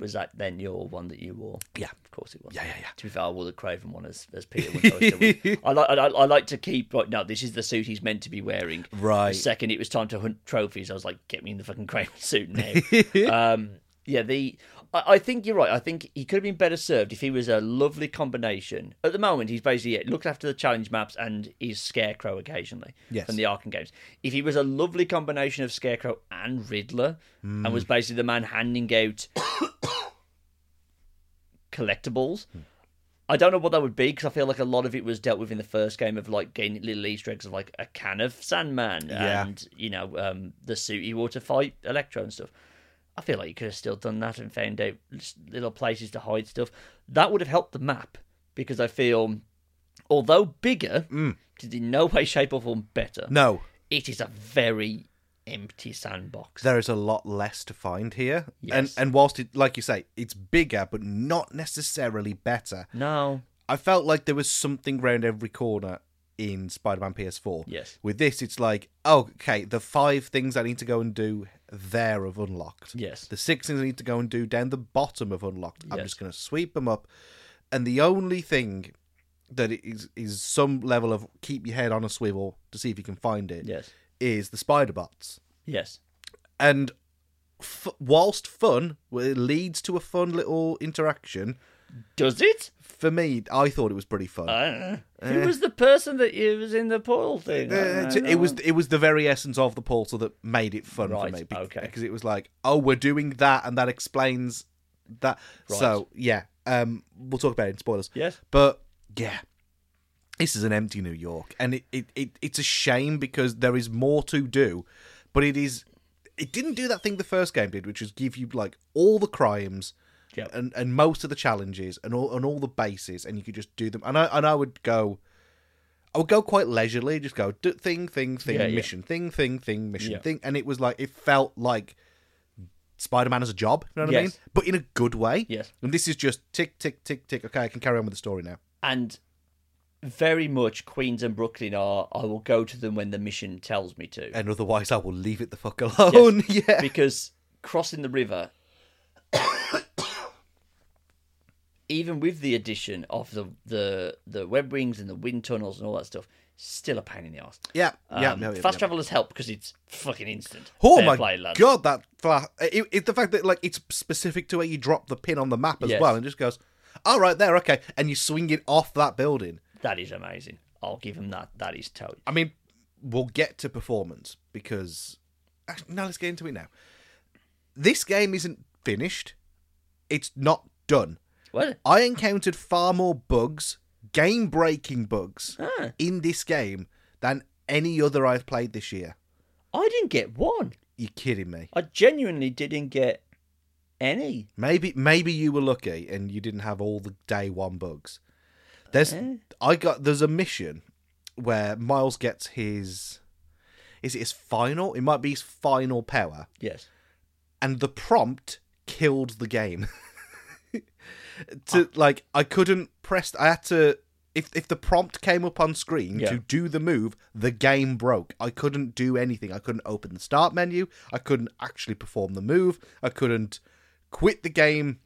Was that then your one that you wore?
Yeah.
Of course it was.
Yeah, yeah, yeah.
To be fair, I wore the Craven one as as Peter. When I, was still with- I like I, I I like to keep right now. This is the suit he's meant to be wearing.
Right.
The second it was time to hunt trophies, I was like, get me in the fucking Craven suit now. um, yeah, the I, I think you're right. I think he could have been better served if he was a lovely combination. At the moment, he's basically yeah, looked after the challenge maps and he's Scarecrow occasionally
Yes.
from the Arkham games. If he was a lovely combination of Scarecrow and Riddler and was basically the man handing out collectibles. I don't know what that would be because I feel like a lot of it was dealt with in the first game of like getting little Easter eggs of like a can of Sandman
Yeah.
and you know um, the suit he wore to fight Electro and stuff. I feel like you could have still done that and found out s- little places to hide stuff. That would have helped the map because I feel, although bigger, it is in no way, shape, or form better.
No,
It is a very empty sandbox.
there is a lot less to find here.
Yes.
And and whilst it, like you say, it's bigger but not necessarily better.
no,
I felt like there was something round every corner in Spider-Man PS4.
Yes.
With this, it's like, oh, okay, the five things I need to go and do there have unlocked.
Yes.
The six things I need to go and do down the bottom have unlocked. I'm
Yes.
just going to sweep them up, and the only thing that is is some level of keep your head on a swivel to see if you can find it. Is
yes,
the spider bots
yes,
and. F- whilst fun, well, it leads to a fun little interaction.
does it?
For me, I thought it was pretty fun.
I don't know. Who was the person that you was in the portal thing? I
Uh,
don't
it was
know.
it was the very essence of the portal that made it fun
Right,
for me. be-
okay.
Because it was like, oh, we're doing that, and that explains that. So yeah, um, we'll talk about it in spoilers.
Yes.
But yeah, this is an empty New York, and it, it, it it's a shame because there is more to do, but it is it didn't do that thing the first game did, which was give you like all the crimes.
Yep.
And, and most of the challenges and all and all the bases and you could just do them and I and I would go I would go quite leisurely, just go do, thing, thing, thing,
Yeah, yeah.
mission, thing, thing, thing, mission,
Yeah.
thing, and it was like it felt like Spider Man as a job, you know what I mean?
Yes.
But in a good way.
Yes.
And this is just tick, tick, tick, tick. Okay, I can carry on with the story now.
And very much Queens and Brooklyn are. I will go to them when the mission tells me to.
and otherwise I will leave it the fuck alone. yeah.
because crossing the river, even with the addition of the the the web wings and the wind tunnels and all that stuff, still a pain in the ass.
Yeah. Yeah.
Um,
yeah, yeah,
fast
yeah.
travel has helped because it's fucking instant.
Oh
Fair
my
play, lads.
god, that flash! It, it, the fact that like it's specific to where you drop the pin on the map as
Yes.
well, and just goes, "All right, there, okay," and you swing it off that building.
That is amazing. I'll give him that. That is total.
I mean, we'll get to performance because actually, now let's get into it now. This game isn't finished; it's not done.
Well,
I encountered far more bugs, game-breaking bugs,
Ah.
in this game than any other I've played this year.
I didn't get one.
You kidding me?
I genuinely didn't get any.
Maybe maybe you were lucky and you didn't have all the day one bugs. There's
Eh.
I got there's a mission where Miles gets his is it his final? It might be his final power,
Yes.
and the prompt killed the game. to like I couldn't press I had to if if the prompt came up on screen
Yeah.
to do the move, the game broke. I couldn't do anything. I couldn't open the start menu. I couldn't actually perform the move. I couldn't quit the game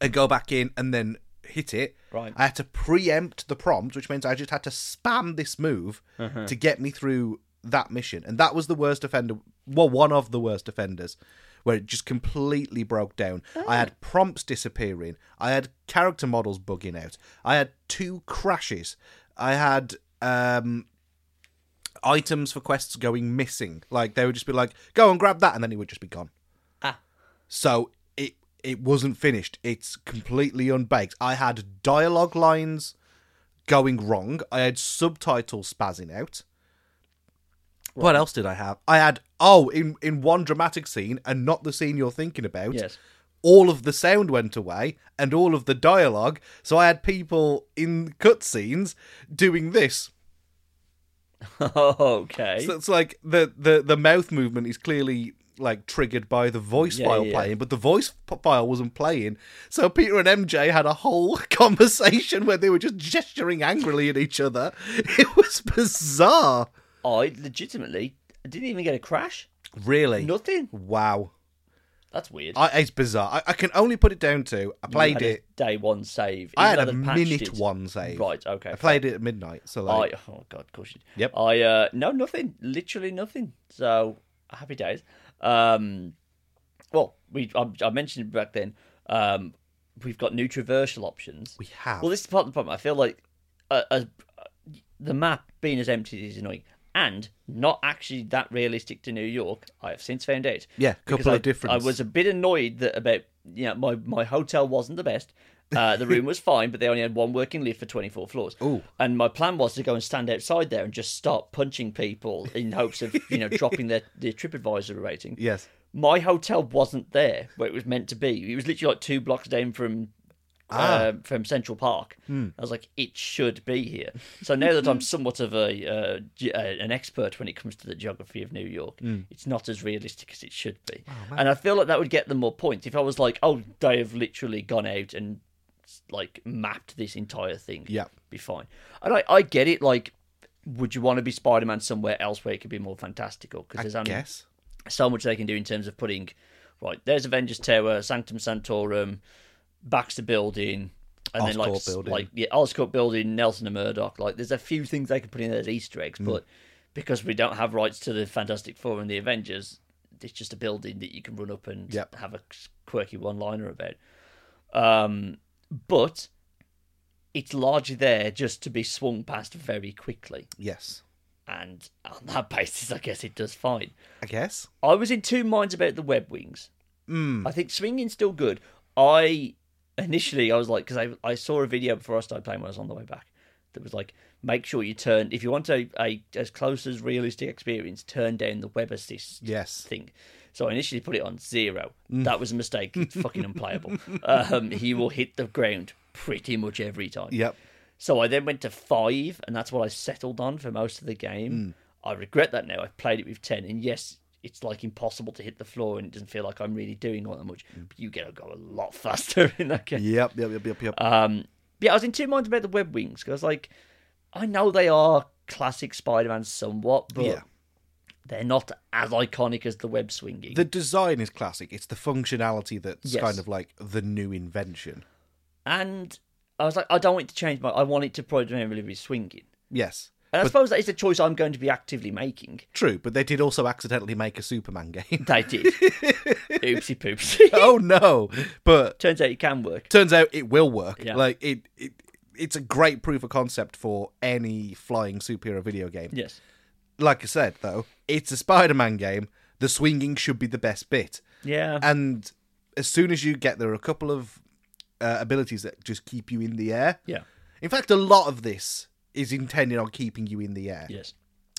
and go back in and then hit it.
Right.
I had to preempt the prompt, which means I just had to spam this move to get me through that mission. And that was the worst offender, well, one of the worst offenders, where it just completely broke down. I had prompts disappearing. I had character models bugging out. I had two crashes. I had um, items for quests going missing. Like they would just be like, "Go and grab that," and then it would just be gone.
Ah.
So it it wasn't finished. It's completely unbaked. I had dialogue lines going wrong. I had subtitles spazzing out. What else did I have? I had oh in in one dramatic scene and not the scene you're thinking about
Yes.
all of the sound went away and all of the dialogue. So I had people in cutscenes doing this.
okay.
So it's like the, the, the mouth movement is clearly like triggered by the voice
Yeah,
file
yeah, yeah.
playing, but the voice p- file wasn't playing. So Peter and MJ had a whole conversation where they were just gesturing angrily at each other. It was bizarre.
I legitimately didn't even get a crash.
Really?
Nothing.
Wow.
That's weird.
I, it's bizarre. I, I can only put it down to I
You
played
had a
it.
day one save.
I
even
had a
though they'd patched
minute
it.
one save.
Right. Okay.
I played it at midnight. So like,
I oh god, of course you. did.
Yep.
I uh no nothing, literally nothing. So happy days. Um, well, we I, I mentioned it back then. Um, we've got new traversal options.
we have.
Well, this is part of the problem. I feel like uh, uh, the map being as empty is annoying, and not actually that realistic to New York. I have since found out.
Yeah,
Because
couple
I,
of difference.
I was a bit annoyed that about you know my my hotel wasn't the best. Uh, the room was fine, but they only had one working lift for twenty four floors.
Ooh.
And my plan was to go and stand outside there and just start punching people in hopes of you know dropping their their TripAdvisor rating.
Yes.
My hotel wasn't there where it was meant to be. It was literally like two blocks down from
Ah.
uh, from Central Park.
Hmm.
I was like, it should be here. So now that I'm somewhat of a uh, ge- uh, an expert when it comes to the geography of New York,
Hmm.
it's not as realistic as it should be. and I feel like that would get them more points if I was like, oh, they have literally gone out and like mapped this entire thing.
Yeah.
be fine. And I, I get it. Like, would you want to be Spider Man somewhere else where it could be more fantastical? Because there's only
Guess.
so much they can do in terms of putting right there's Avengers Tower, Sanctum Sanctorum, Baxter Building, and then like
Oscorp Building.
like yeah, Oscorp Building, Nelson and Murdoch. Like there's a few things they can put in there as Easter
Mm.
eggs, but because we don't have rights to the Fantastic Four and the Avengers, it's just a building that you can run up and
Yep.
have a quirky one-liner about. Um, but it's largely there just to be swung past very quickly,
Yes.
and on that basis, I guess it does fine.
I guess.
I was in two minds about the web wings.
Mm.
I think swinging's still good. I initially I was like because I I saw a video before I started playing when I was on the way back that was like make sure you turn if you want a, a as close as realistic experience turn down the web assist
Yes.
thing. So I initially put it on zero. That was a mistake. It's fucking unplayable. Um, he will hit the ground pretty much every time.
Yep.
So I then went to five, and that's what I settled on for most of the game.
Hmm.
I regret that now. I've played it with ten, and yes, it's like impossible to hit the floor, and it doesn't feel
Hmm.
like I'm really doing all that much. But you get to go a lot faster in that game.
Yep. Yep. Yep. Yep. Yep.
Um, yeah, I was in two minds about the web wings because, like, I know they are classic Spider-Man somewhat, but
Yeah.
they're not as iconic as the web swinging.
The design is classic. It's the functionality that's
Yes.
kind of like the new invention.
And I was like, I don't want it to change my. I want it to primarily be swinging.
Yes.
And I suppose that is a choice I'm going to be actively making.
True, but they did also accidentally make a Superman game.
They did. Oopsie poopsie.
oh no. But
Turns out it can work.
turns out it will work.
Yeah.
Like it, it it's a great proof of concept for any flying superhero video game.
Yes.
Like I said though, it's a Spider-Man game. The swinging should be the best bit.
Yeah.
And as soon as you get there are a couple of uh, abilities that just keep you in the air.
yeah.
In fact, a lot of this is intended on keeping you in the air.
Yes.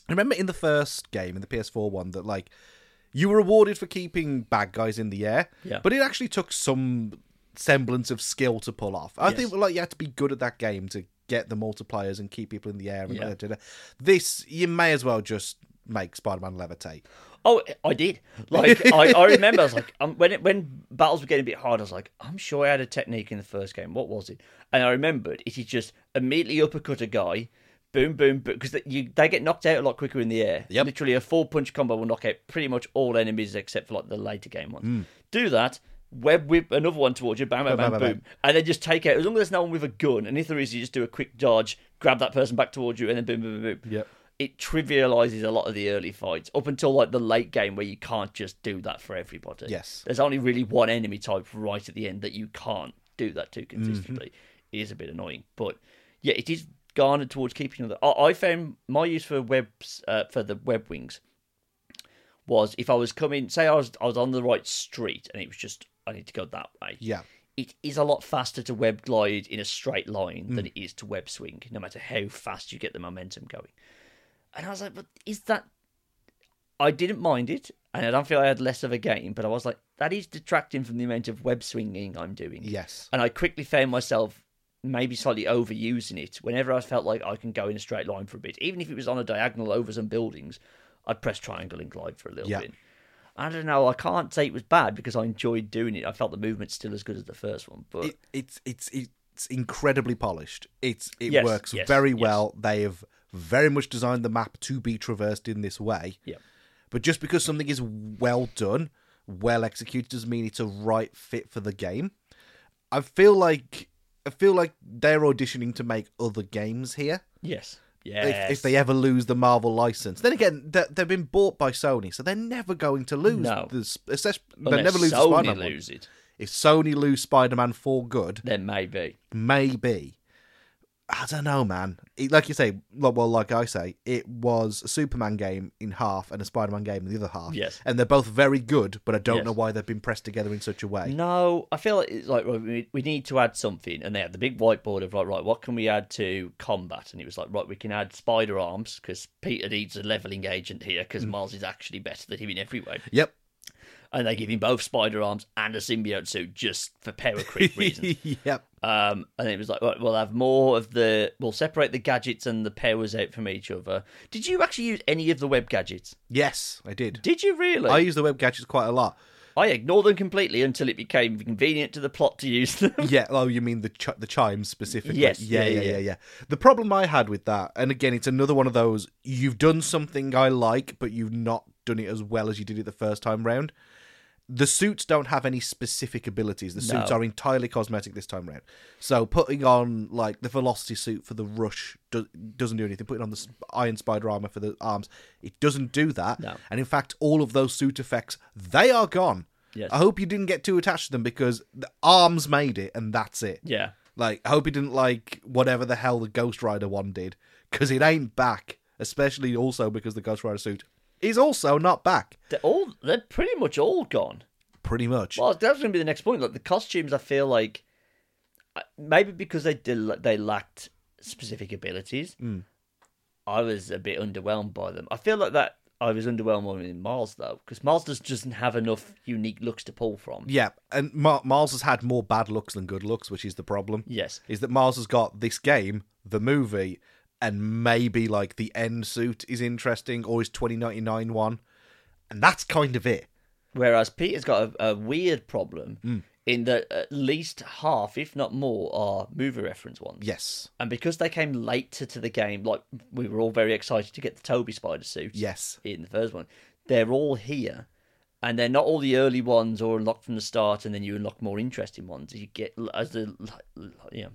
I remember in the first game, in the PS4 one, that like you were rewarded for keeping bad guys in the air,
Yeah.
but it actually took some semblance of skill to pull off. I
Yes.
think like you had to be good at that game to get the multipliers and keep people in the air. And
Yeah.
da-da-da. This you may as well just make Spider-Man levitate.
Oh, I did. Like I, I remember, I was like, um, when it, when battles were getting a bit hard, I was like, I'm sure I had a technique in the first game. What was it? And I remembered it is just immediately uppercut a guy, boom, boom, boom, because they, you- they get knocked out a lot quicker in the air.
Yep.
Literally, a four punch combo will knock out pretty much all enemies except for like the later game ones. Do that. Web whip another one towards you, bam, Hmm. bam, bam,
bam,
boom, and then just take out. As long as there's no one with a gun, and if there is, you just do a quick dodge, grab that person back towards you, and then boom, boom, boom, boom
Yep.
it trivializes a lot of the early fights up until like the late game where you can't just do that for everybody.
Yes.
There's only really one enemy type right at the end that you can't do that to consistently.
Mm-hmm.
It is a bit annoying, but yeah, it is garnered towards keeping the I, I found my use for webs uh, for the web wings was if I was coming say I was I was on the right street and it was just I need to go that way
Yeah.
it is a lot faster to web glide in a straight line than it is to web swing, no matter how fast you get the momentum going. And I was like, but is that. I didn't mind it, and I don't feel I had less of a game, but I was like, that is detracting from the amount of web swinging I'm doing.
Yes.
And I quickly found myself maybe slightly overusing it whenever I felt like I can go in a straight line for a bit. Even if it was on a diagonal over some buildings, I'd press triangle and glide for a little
Yeah.
bit. I don't know. I can't say it was bad because I enjoyed doing it. I felt the movement's still as good as the first one, but
It, it's it's it's incredibly polished. It's it
Yes,
works
yes,
very
yes.
well. They have very much designed the map to be traversed in this way.
yeah,
But just because something is well done, well executed, doesn't mean it's a right fit for the game. I feel like I feel like they're auditioning to make other games here.
yes,
If,
yes.
if they ever lose the Marvel license, then again, they- they've been bought by Sony, so they're never going to lose.
No.
the sp- assess-
Unless
they never lose the
Sony
Spider-Man. one.
lose it,
If Sony lose Spider-Man for good,
then maybe.
maybe. I don't know, man. It, like you say, like, well, like I say, it was a Superman game in half and a Spider-Man game in the other half.
Yes.
and they're both very good, but I don't
Yes. Mm.
know why they've been pressed together in such a way.
No, I feel like it's like right, we, we need to add something, and they had the big whiteboard of like, right, what can we add to combat? And it was like, right, we can add spider arms because Peter needs a leveling agent here because Miles is actually better than him in every way,
Yep.
and they give him both spider arms and a symbiote suit just for power creep reasons.
yep.
Um, and it was like, right, we'll have more of the, we'll separate the gadgets and the powers out from each other. Did you actually use any of the web gadgets?
Yes, I did.
Did you really?
I use the web gadgets quite a lot.
I ignored them completely until it became convenient to the plot to use them.
Yeah. Oh, you mean the ch- the chimes specifically?
Yes,
Yeah
yeah,
yeah,
yeah,
yeah, yeah, The problem I had with that, and again, it's another one of those you've done something I like, but you've not done it as well as you did it the first time round. The suits don't have any specific abilities. The suits
No.
are entirely cosmetic this time round. So putting on like the velocity suit for the rush do- doesn't do anything. Putting on the s- iron spider armor for the arms, it doesn't do that.
No.
And in fact, all of those suit effects, they are gone.
Yes.
I hope you didn't get too attached to them because the arms made it and that's it.
Yeah.
Like, I hope you didn't like whatever the hell the Ghost Rider one did because it ain't back, especially also because the Ghost Rider suit is also not back,
They're all they're pretty much all gone.
pretty much.
Well, that was going to be the next point. Like the costumes, I feel like I- maybe because they did, they lacked specific abilities, I was a bit underwhelmed by them. I feel like that I was underwhelmed in Miles though, because Miles just doesn't have enough unique looks to pull from.
Yeah, and Mar- Miles has had more bad looks than good looks, which is the problem.
Yes.
Is that Miles has got this game, the movie, and maybe like the end suit is interesting or his 2099 one. And that's kind of it.
Whereas Peter's got a, a weird problem in that at least half, if not more, are movie reference ones.
Yes.
And because they came later to the game, like we were all very excited to get the Toby spider suit.
Yes.
In the first one, they're all here, and they're not all the early ones or unlocked from the start, and then you unlock more interesting ones. You get as the you know,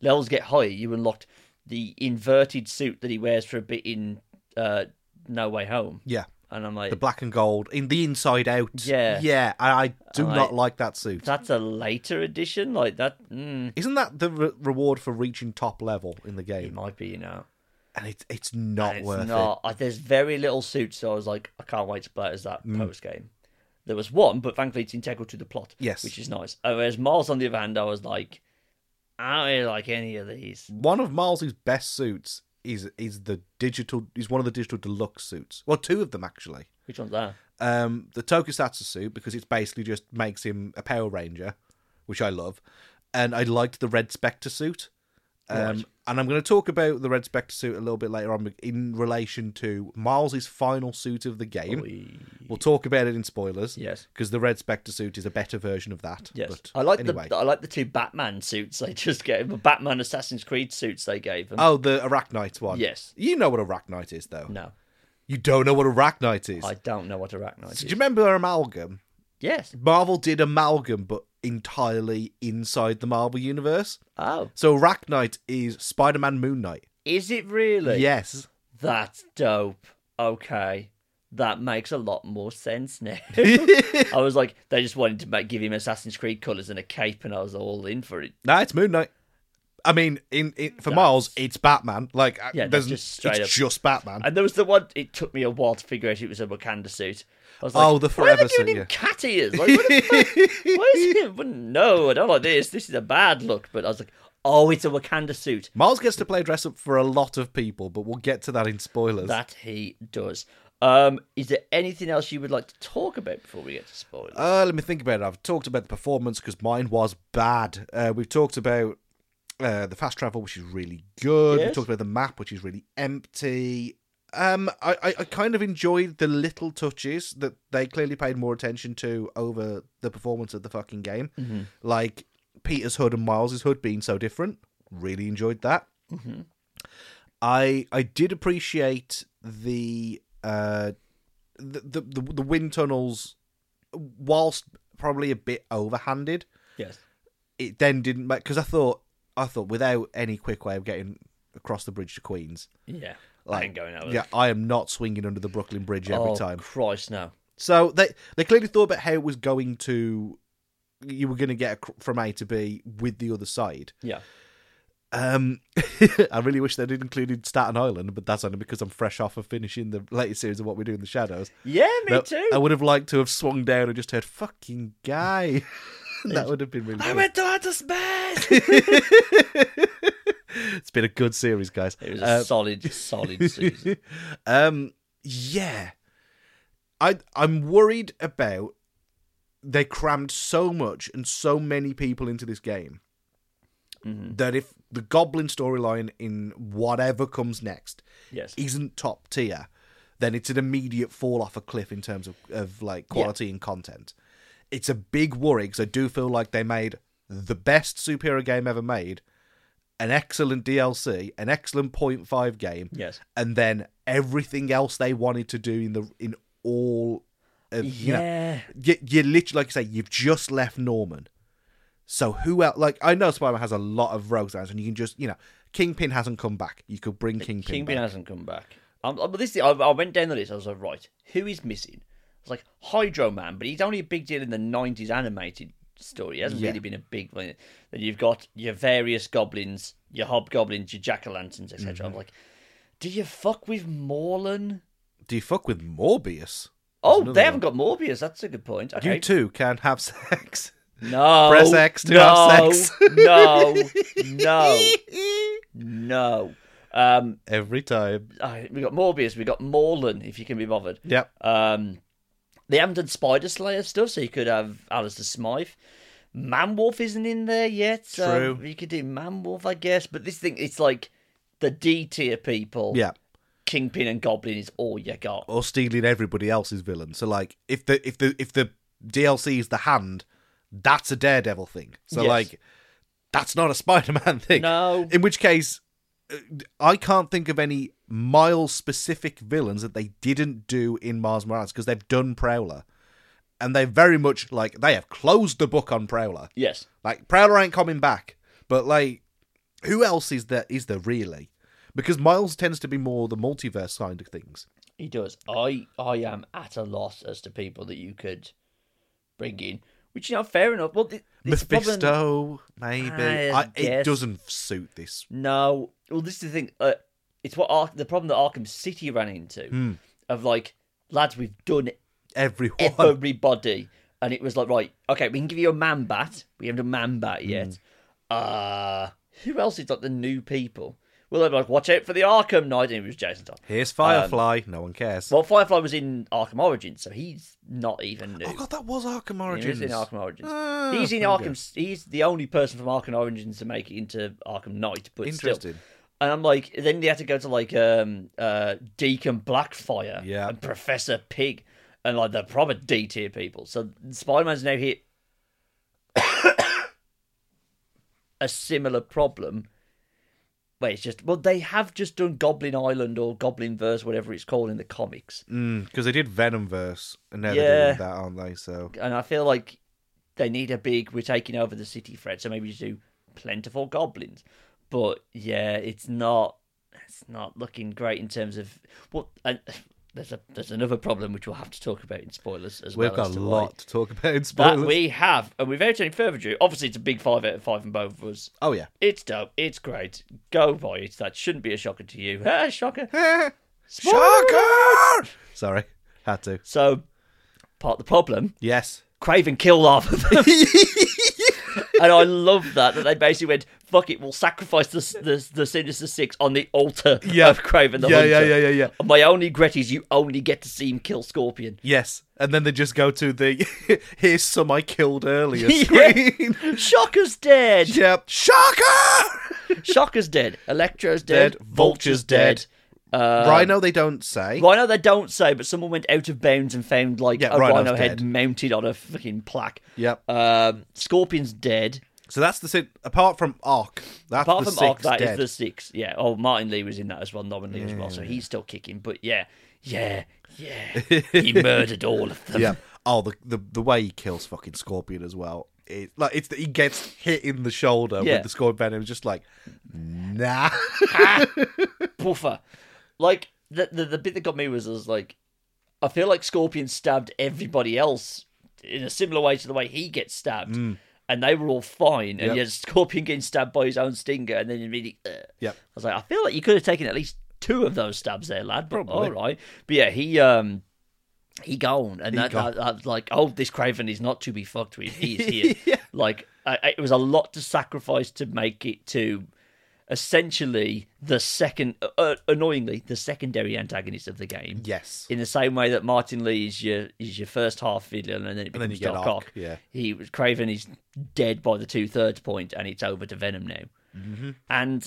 levels get higher, you unlocked the inverted suit that he wears for a bit in uh, No Way Home,
Yeah.
and I'm like,
The black and gold in the inside out.
Yeah.
Yeah. I, I do
I-
not like that suit.
that's a later edition, like that. Mm,
Isn't that the re- reward for reaching top level in the
it
game?
might be, you know.
And it's it's not
It's
worth it.
not. I- there's very little suits, so I was like, I can't wait to play it as
Mm.
that post game. There was one, but thankfully it's integral to the plot.
Yes.
which is nice. Uh, Whereas Mars, on the other hand, I was like, I don't like any of these.
One of Miles's best suits is is the digital is one of the digital deluxe suits. Well, two of them actually.
Which one's that?
um, the Tokusatsu suit because it's basically just makes him a Power Ranger, which I love, and I liked the Red Spectre suit. Um,
Right.
And I'm going to talk about the Red Spectre suit a little bit later on in relation to Miles's final suit of the game. We'll talk about it in spoilers.
Yes.
because the Red Spectre suit is a better version of that.
Yes,
but
I like
anyway.
the I like the two Batman suits they just gave, the Batman Assassin's Creed suits they gave them.
Oh, the Arachnite one.
Yes.
You know what Arachnite is, though.
no,
You don't know what Arachnite is.
I don't know what Arachnite is.
Do you remember Amalgam?
Yes.
Marvel did Amalgam, but entirely inside the Marvel universe.
Oh,
So Arachnite is Spider-Man Moon Knight.
is it really?
Yes.
That's dope. Okay. That makes a lot more sense now.
no,
I was like, they just wanted to make, give him Assassin's Creed colours and a cape, and I was all in for it.
it's Moon Knight. I mean, in, in for
That's-
Miles, it's Batman. Like,
Yeah,
yeah,
that's
there's
just
just
straight
it's
up-
just Batman.
And there was the one, it took me a while to figure out it was a Wakanda suit. I was like,
Oh, the
Why
forever
are they giving
suit,
him
yeah.
cat ears? Like, what the fuck? Why is he? well, No, I don't like this. This is a bad look. But I was like, oh, it's a Wakanda suit.
Miles gets to play dress up for a lot of people, but we'll get to that in spoilers.
That he does. Um, is there anything else you would like to talk about before we get to spoilers?
Uh, let me think about it. I've talked about the performance because mine was bad. Uh, we've talked about uh, the fast travel, which is really good.
Yes.
We've talked about the map, which is really empty. Um, I, I, I kind of enjoyed the little touches that they clearly paid more attention to over the performance of the fucking game. Like Peter's hood and Miles's hood being so different. Really enjoyed that. I I did appreciate the uh the the, the, the wind tunnels whilst probably a bit overhanded
yes.
it then didn't make because I thought I thought without any quick way of getting across the bridge to Queens
Yeah. I
like,
ain't going over
yeah I am not swinging under the Brooklyn Bridge
there.
every
oh,
time
Christ, no.
so they they clearly thought about how it was going to you were going to get ac- from A to B with the other side
Yeah.
um, I really wish they'd included Staten Island, but that's only because I'm fresh off of finishing the latest series of What We Do in the Shadows.
Yeah, me
No,
too.
I would have liked to have swung down and just heard "fucking guy." that would have been really. Cool.
to outer space.
It's been a good series, guys.
It was a solid, solid season.
um, yeah, I I'm worried about they crammed so much and so many people into this game
Mm-hmm.
that if the Goblin storyline in whatever comes next
Yes.
isn't top tier, then it's an immediate fall off a cliff in terms of, of like quality and content. It's a big worry because I do feel like they made the best superhero game ever made, an excellent DLC, an excellent 0.5 game,
Yes.
and then everything else they wanted to do in the in all of you know
Yeah.
you, you literally, like you say, you've just left Norman. So who else? Like I know Spider-Man has a lot of rogues and you can just, you know, Kingpin hasn't come back. You could bring Kingpin.
Kingpin
back.
hasn't come back. Um, uh, but this, I, I went down the list. I was like, right, who is missing? I was like Hydro Man, but he's only a big deal in the '90s animated story. He hasn't
Yeah.
really been a big one. Then you've got your various goblins, your hobgoblins, your jack o' lanterns, etc.
Mm-hmm.
I'm like, do you fuck with Morlan?
Do you fuck with Morbius?
Oh,
another
they haven't got Morbius. That's a good point.
You
Okay.
too can have sex.
no.
Press X to
no,
have sex.
no. No. No. Um,
Every time.
I- we got Morbius, we got Morlan, if you can be bothered.
Yep.
Um, they haven't done Spider Slayer stuff, so you could have Alistair Smythe. Man Wolf isn't in there yet. So
True.
You could do Man Wolf, I guess, but this thing, it's like the D tier people.
Yeah.
Kingpin and Goblin is all you got.
Or stealing everybody else's villain. So like if the if the if the DLC is the hand, that's a Daredevil thing. So
Yes.
like, that's not a Spider-Man thing.
No.
In which case, uh, I can't think of any Miles specific villains that they didn't do in Miles Morales because they've done Prowler, and they very much like they have closed the book on Prowler.
Yes.
Like Prowler ain't coming back. But like, who else is there? Is there really? Because Miles tends to be more the multiverse side of things.
He does. I I am at a loss as to people that you could bring in, which you know, fair enough. Well, th- it's a problem-
Mephisto, maybe.
I
I, it
guess.
doesn't suit this.
No. Well, this is the thing. Uh, it's what Ar- the problem that Arkham City ran into of like, lads, we've done
Everyone.
everybody, and it was like, right, okay, we can give you a man bat. We haven't done man bat yet. Uh who else is like the new people? Well, they're like, watch out for the Arkham Knight, and it was Jason Todd.
Here's Firefly.
Um,
no one cares.
Well, Firefly was in Arkham Origins, so he's not even new.
oh god, that was Arkham
He was
Origins.
in Arkham Origins.
Ah,
he's in
there we go.
Arkham. He's the only person from Arkham Origins to make it into Arkham Knight. But
Interesting.
Still. And I'm like, then they had to go to like um, uh, Deacon Blackfire
Yeah.
and Professor Pig and like the proper D tier people. So Spider Man's now hit a similar problem. Where it's just well, they have just done Goblin Island or Goblin Verse, whatever it's called in the comics.
Because Hmm, they did Venomverse, and now
Yeah.
they're doing that, aren't they? So
and I feel like they need a big we're taking over the city threat, so maybe just do plentiful goblins. But yeah, it's not it's not looking great in terms of what and there's a there's another problem which we'll have to talk about in spoilers as
we've
well.
got
as
a
to
lot
why.
to talk about in
that
spoilers.
we have, and without any further ado, obviously it's a big five out of five from both of us.
Oh yeah.
It's dope, it's great. Go buy it. That shouldn't be a shocker to you. Ah, shocker.
Shocker! Sorry, had to.
So part of the problem
Yes.
Craven killed half of them. and I love that that they basically went, "Fuck it, we'll sacrifice the the, the Sinister Six on the altar
Yeah.
of Craven the
yeah,
Hunter."
yeah, yeah, yeah, yeah.
My only regret is you only get to see him kill Scorpion.
Yes, and then they just go to the here's some I killed earlier
Yeah.
screen.
Shocker's dead.
yep, shocker.
Shocker's dead. Electro's dead.
Dead. Vulture's dead.
Uh,
Rhino, they don't say.
Rhino, they don't say, but someone went out of bounds and found like
Yeah,
a
Rhino's
rhino head
dead.
mounted on a fucking plaque.
Yep.
Um, Scorpion's dead.
so that's the sit. Apart from Ark, that's
Apart
the
from Ark,
six
that is
dead.
the six. Yeah. Oh, Martin Lee was in that as well. Norman Lee as well. So he's still kicking. But yeah, yeah, yeah. he murdered all of them.
Yeah. Oh, the, the the way he kills fucking Scorpion as well. It, like it's that he gets hit in the shoulder
Yeah.
with the Scorpion venom. Just like nah.
Puffer. Like the, the the bit that got me was I was like, I feel like Scorpion stabbed everybody else in a similar way to the way he gets stabbed. And they were all fine, and
Mm. Yep.
yet Scorpion getting stabbed by his own stinger, and then immediately, uh,
yep.
I was like, I feel like you could have taken at least two of those stabs there, lad. But
Probably.
all right. But yeah, he um he gone, and that,
gone.
that- that was like, oh, this Craven is not to be fucked with. He is here. Like, I, I- it was a lot to sacrifice to make it to essentially the second, uh, annoyingly, the secondary antagonist of the game.
Yes.
In the same way that Martin Lee is your is your first half villain, and then it becomes
then you get
Doc
Ark,
Ock.
yeah.
he was Craven is dead by the two thirds point, and it's over to Venom now. Mm-hmm. And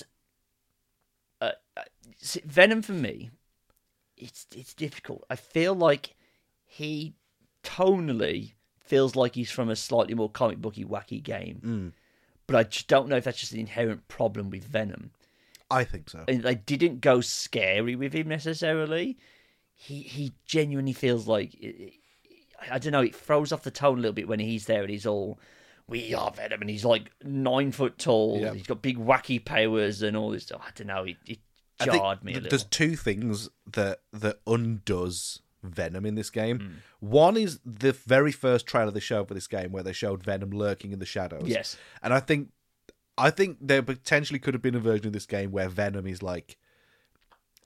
uh, uh, see, Venom for me, it's it's difficult. I feel like he tonally feels like he's from a slightly more comic booky, wacky game.
Mm.
But I just don't know if that's just an inherent problem with Venom
I think so.
and they didn't go scary with him necessarily. He he genuinely feels like I don't know. It throws off the tone a little bit when he's there and he's all we are Venom and he's like nine foot tall.
Yeah.
He's got big wacky powers and all this stuff. I don't know. It, it
I
jarred
think
me a
th-
little.
There's two things that that undoes Venom in this game.
Hmm.
One is the very first trailer they showed for this game, where they showed Venom lurking in the shadows.
Yes.
and I think, I think there potentially could have been a version of this game where Venom is like,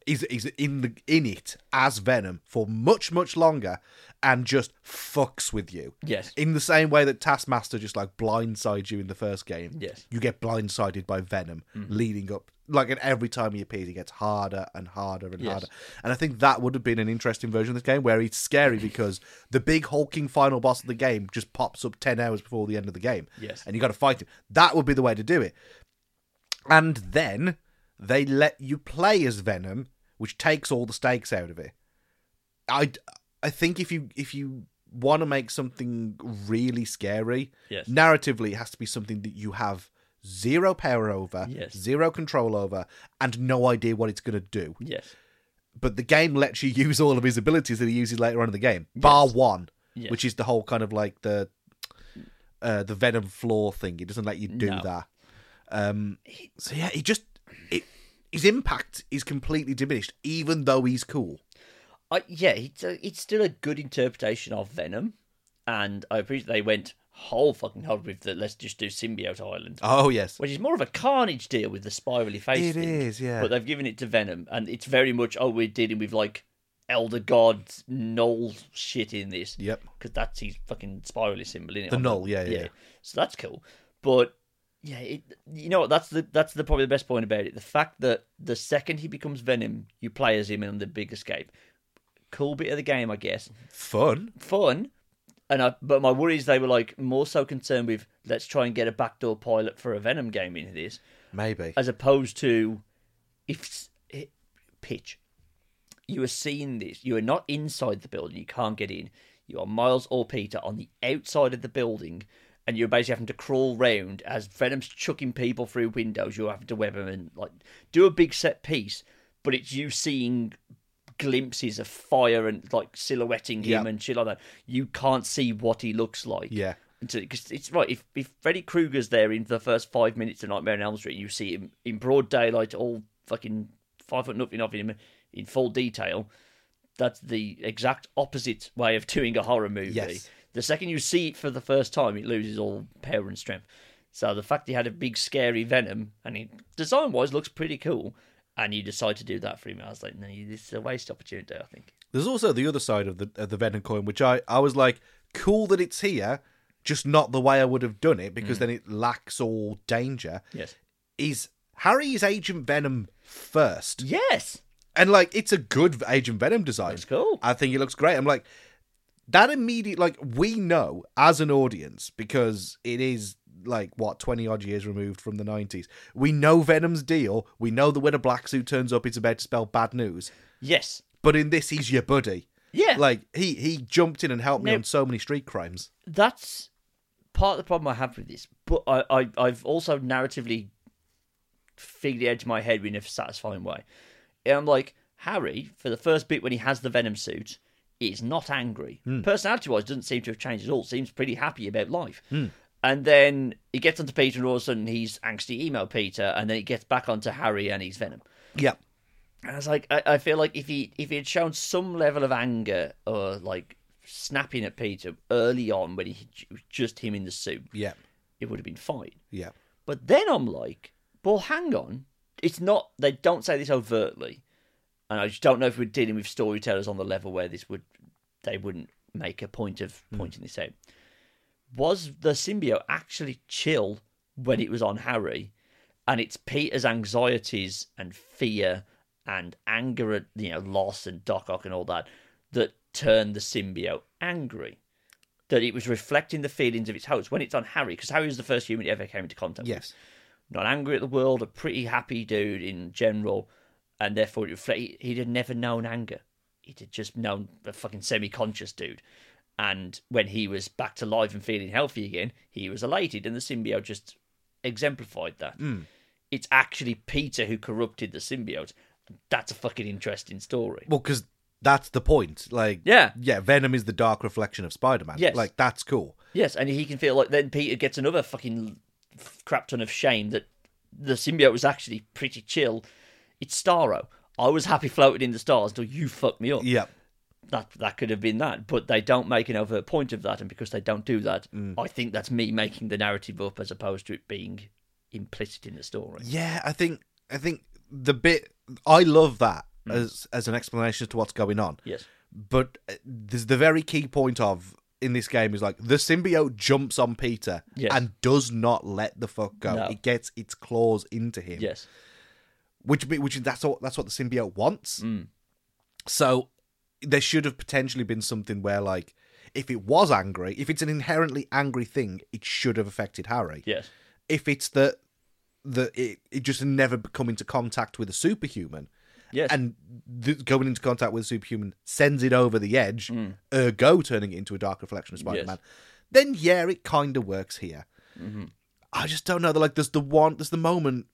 is is in the in it as Venom for much much longer, and just fucks with you.
Yes.
In the same way that Taskmaster just like blindsides you in the first game,
Yes. Mm-hmm.
you get blindsided by Venom leading up. Like, and every time he appears, he gets harder and harder and
Yes.
harder. And I think that would have been an interesting version of this game where it's scary because the big hulking final boss of the game just pops up 10 hours before the end of the game.
Yes.
And you got to fight him. That would be the way to do it. And then they let you play as Venom, which takes all the stakes out of it. I I think if you if you want to make something really scary,
Yes.
narratively it has to be something that you have zero power over,
Yes.
zero control over, and no idea what it's going to do.
Yes.
But the game lets you use all of his abilities that he uses later on in the game, bar one,
Yes.
which is the whole kind of like the uh, the venom floor thing. It doesn't let you do
No.
that. Um, so yeah, he just it, his impact is completely diminished, even though he's cool.
I, yeah, it's, a, it's still a good interpretation of Venom, and I appreciate they went whole fucking hard with the let's just do Symbiote Island,
Oh yes,
which is more of a carnage deal with the spirally face.
it
thing,
is. Yeah,
But they've given it to Venom, and it's very much oh we're dealing with like Elder God Knoll shit in this.
Yep.
because that's his fucking spirally symbol, is it?
The
On
knoll, yeah, yeah, yeah.
So that's cool, but. Yeah, it, you know what? That's the that's the probably the best point about it. The fact that the second he becomes Venom, you play as him in the Big Escape. Cool bit of the game, I guess.
fun.
Fun, and I but my worries they were like more so concerned with let's try and get a backdoor pilot for a Venom game into this,
Maybe.
as opposed to if s- it- pitch you are seeing this you are not inside the building you can't get in you are miles or peter on the outside of the building and you're basically having to crawl round as venom's chucking people through windows you're having to web them and like do a big set piece but it's you seeing glimpses of fire and like silhouetting him
Yeah.
and shit like that you can't see what he looks like
Yeah.
because it's right. If if Freddy Krueger's there in the first five minutes of Nightmare on Elm Street, you see him in broad daylight, all fucking five foot nothing of him in full detail. That's the exact opposite way of doing a horror movie.
Yes.
The second you see it for the first time, it loses all power and strength. So the fact he had a big scary venom and he design wise looks pretty cool, and you decide to do that for him, I was like, no, this is a waste opportunity. I think.
There's also the other side of the of the Venom coin, which I, I was like, cool that it's here, just not the way I would have done it because then it lacks all danger.
Yes.
Is Harry's Agent Venom first,
Yes.
and like it's a good Agent Venom design.
That's cool.
I think it looks great. I'm like that immediate. Like we know as an audience because it is like what 20 odd years removed from the 90s we know venom's deal we know that when a black suit turns up it's about to spell bad news
Yes.
but in this he's your buddy
Yeah.
like he he jumped in and helped me
No.
on so many street crimes.
that's part of the problem I have with this. But I, I I've also narratively figured it out to my head in a satisfying way. And I'm like, Harry, for the first bit when he has the venom suit, is not angry. Personality wise doesn't seem to have changed at all. Seems pretty happy about life. And then he gets onto Peter and all of a sudden he's angsty emo Peter and then he gets back onto Harry and he's venom.
Yeah,
And I was like, I, I feel like if he if he had shown some level of anger or like snapping at Peter early on when he it was just him in the suit,
yeah,
it would have been fine.
yeah.
But then I'm like, well, hang on, it's not. They don't say this overtly, and I just don't know if we're dealing with storytellers on the level where this would they wouldn't make a point of pointing this out. Was the symbiote actually chill when it was on Harry? And it's Peter's anxieties and fear and anger at you know loss and Doc Ock and all that that turned the symbiote angry. That it was reflecting the feelings of its host when it's on Harry, because Harry was the first human it ever came into contact with
Yes,
not angry at the world, a pretty happy dude in general, and therefore it reflect, he- he'd have never known anger. He'd have just known a fucking semi-conscious dude. And when he was back to life and feeling healthy again, he was elated, and the symbiote just exemplified that. It's actually Peter who corrupted the symbiote. That's a fucking interesting story.
well, because that's the point. Like,
Yeah.
yeah. Venom is the dark reflection of Spider-Man.
Yes.
like that's cool.
Yes, and he can feel like then Peter gets another fucking crap ton of shame that the symbiote was actually pretty chill. It's Starro. I was happy floating in the stars until you fucked me up.
Yeah,
That that could have been that, but they don't make an overt point of that, and because they don't do that,
Mm.
I think that's me making the narrative up as opposed to it being implicit in the story.
yeah. I think I think the bit I love that
Mm.
as as an explanation as to what's going on.
Yes.
But uh, there's the very key point of in this game is like the symbiote jumps on Peter
Yes.
and does not let the fuck go.
No.
It gets its claws into him.
Yes.
which be- which that's what that's what the symbiote wants. So there should have potentially been something where like if it was angry, if it's an inherently angry thing, it should have affected Harry.
Yes.
If it's that that it, it just never come into contact with a superhuman,
Yes.
and th- going into contact with Superhuman sends it over the edge,
Mm.
ergo turning it into a dark reflection of Spider Man, then yeah, it kind of works here.
Mm-hmm.
I just don't know. Like, there's the one, there's the moment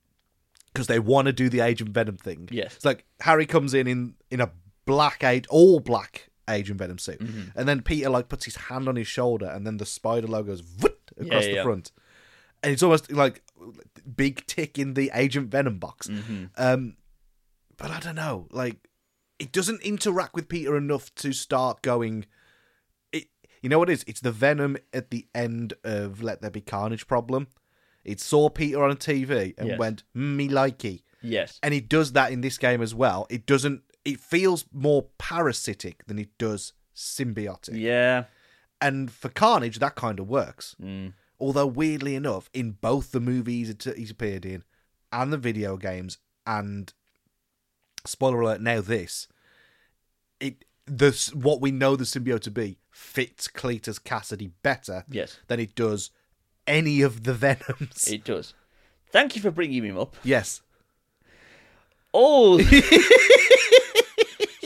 because they want to do the Age of Venom thing.
Yes.
it's like Harry comes in in in a black age, all black Age of Venom suit,
Mm-hmm.
and then Peter like puts his hand on his shoulder, and then the spider logo goes voot across
yeah,
the
yeah.
front, and it's almost like big tick in the Agent Venom box.
Mm-hmm.
Um, but I don't know, like it doesn't interact with Peter enough to start going. It, you know what it is? It's the Venom at the end of Let There Be Carnage problem. It saw Peter on TV and
Yes.
went, mm, me likey.
Yes.
And it does that in this game as well. It doesn't, it feels more parasitic than it does symbiotic.
Yeah.
And for Carnage, that kind of works. Although, weirdly enough, in both the movies it- he's appeared in and the video games, and spoiler alert, now this, it the s- what we know the symbiote to be fits Cletus Cassidy better
Yes.
than it does any of the Venoms.
It does. Thank you for bringing him up.
yes.
Oh.